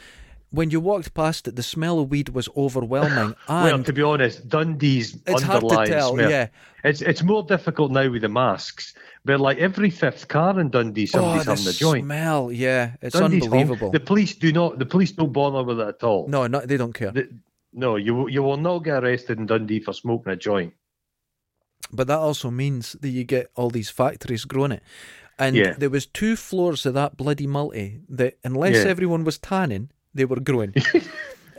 Speaker 2: when you walked past it, the smell of weed was overwhelming.
Speaker 1: Well,
Speaker 2: And
Speaker 1: to be honest, Dundee's
Speaker 2: it's hard
Speaker 1: underlying
Speaker 2: to tell.
Speaker 1: smell.
Speaker 2: Yeah.
Speaker 1: It's it's more difficult now with the masks. But like every fifth car in Dundee, somebody's
Speaker 2: oh, the
Speaker 1: having a joint.
Speaker 2: smell. Yeah. It's
Speaker 1: Dundee's home.
Speaker 2: unbelievable.
Speaker 1: The police do not. The police don't bother with it at all.
Speaker 2: No, no, they don't care.
Speaker 1: The- no, you will- you will not get arrested in Dundee for smoking a joint.
Speaker 2: but that also means that you get all these factories growing it. And
Speaker 1: Yeah.
Speaker 2: there was two floors of that bloody multi that, unless
Speaker 1: Yeah.
Speaker 2: everyone was tanning, they were growing.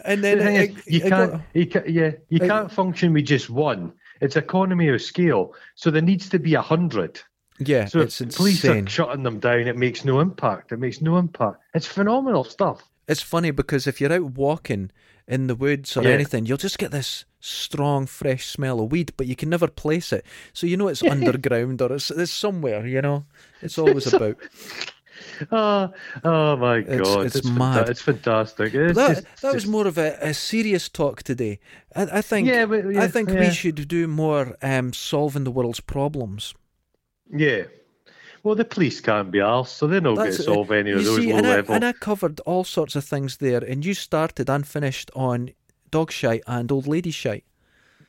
Speaker 2: and uh, then
Speaker 1: The thing
Speaker 2: it-
Speaker 1: is, you
Speaker 2: it got-
Speaker 1: can't. you ca- yeah, you
Speaker 2: it-
Speaker 1: can't function with just one. It's economy of scale, so there needs to be a hundred.
Speaker 2: yeah,
Speaker 1: So
Speaker 2: it's
Speaker 1: if police
Speaker 2: insane.
Speaker 1: are shutting them down. It makes no impact. It makes no impact. It's phenomenal stuff.
Speaker 2: It's funny because if you're out walking in the woods or
Speaker 1: Yeah.
Speaker 2: anything, you'll just get this strong, fresh smell of weed, but you can never place it. So you know it's underground or it's, it's somewhere, you know? It's always about.
Speaker 1: Ah, oh my
Speaker 2: It's-
Speaker 1: god,
Speaker 2: it's
Speaker 1: fanta-
Speaker 2: mad.
Speaker 1: it's fantastic. It's
Speaker 2: that
Speaker 1: just-
Speaker 2: that was
Speaker 1: just-
Speaker 2: more of a, a serious talk today. I, I think
Speaker 1: Yeah, but- yeah,
Speaker 2: I think
Speaker 1: yeah.
Speaker 2: we should do more um, solving the world's problems.
Speaker 1: Yeah. Well, the police can't be arsed, so they don't get
Speaker 2: That's-
Speaker 1: to solve any of
Speaker 2: you
Speaker 1: those
Speaker 2: see,
Speaker 1: low
Speaker 2: and I,
Speaker 1: level.
Speaker 2: and I covered all sorts of things there, and you started and finished on dog shite and old lady shite.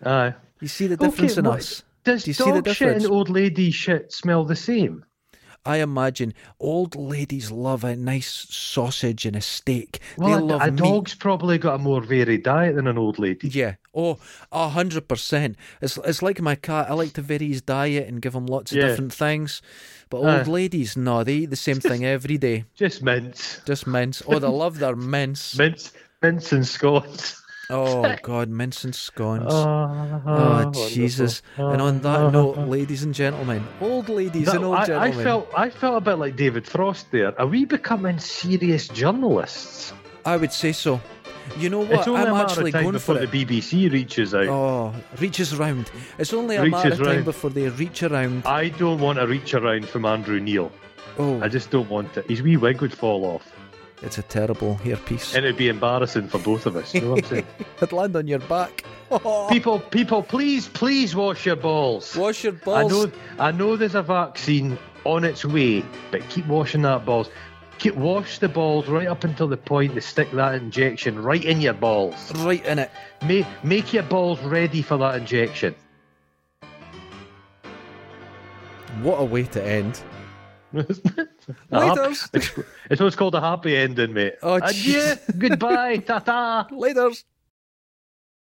Speaker 1: Aye.
Speaker 2: You see the difference in
Speaker 1: well,
Speaker 2: us.
Speaker 1: Does
Speaker 2: Do you see the
Speaker 1: dog shit
Speaker 2: difference?
Speaker 1: and old lady shit smell the same?
Speaker 2: I imagine old ladies love a nice sausage and a steak.
Speaker 1: Well,
Speaker 2: they
Speaker 1: a-
Speaker 2: love
Speaker 1: a,
Speaker 2: meat.
Speaker 1: dog's probably got a more varied diet than an old lady.
Speaker 2: Yeah. Oh, a hundred percent. It's it's like my cat. I like to vary his diet and give him lots of
Speaker 1: Yeah.
Speaker 2: different things. But
Speaker 1: Aye.
Speaker 2: old ladies, no, they eat the same thing every day.
Speaker 1: Just mince,
Speaker 2: Just mince. Oh, they love their mince.
Speaker 1: mince, mince and scones.
Speaker 2: Oh God, mince and scones. Oh,
Speaker 1: Oh,
Speaker 2: Jesus!
Speaker 1: wonderful.
Speaker 2: and on that
Speaker 1: Oh,
Speaker 2: note, ladies and gentlemen, old ladies
Speaker 1: that-
Speaker 2: and old
Speaker 1: I, I
Speaker 2: gentlemen,
Speaker 1: felt I felt a bit like David Frost there. Are we becoming serious journalists?
Speaker 2: I would say so. You know what?
Speaker 1: it's only
Speaker 2: I'm
Speaker 1: a matter
Speaker 2: actually
Speaker 1: of time
Speaker 2: going for
Speaker 1: before
Speaker 2: it.
Speaker 1: the BBC reaches out.
Speaker 2: Oh, reaches round. It's only a matter
Speaker 1: Reaches
Speaker 2: of time
Speaker 1: round.
Speaker 2: before they reach around.
Speaker 1: I don't want a reach around from Andrew Neil.
Speaker 2: Oh,
Speaker 1: I just don't want it. His wee wig would fall off,
Speaker 2: it's a terrible hairpiece.
Speaker 1: and it'd be embarrassing for both of us. You know what I'm saying?
Speaker 2: It'd land on your back. Oh,
Speaker 1: people, people, please, please wash your balls.
Speaker 2: Wash your
Speaker 1: I
Speaker 2: balls.
Speaker 1: know, I know. There's a vaccine on its way, but keep washing that balls. Keep wash the balls right up until the point they stick that injection right in your balls.
Speaker 2: Right in it.
Speaker 1: Make make your balls ready for that injection.
Speaker 2: What a way to end.
Speaker 1: Uh-huh. it's, it's what's called a happy ending, mate.
Speaker 2: Oh,
Speaker 1: Adieu,
Speaker 2: jeez.
Speaker 1: goodbye, ta ta.
Speaker 2: Laters.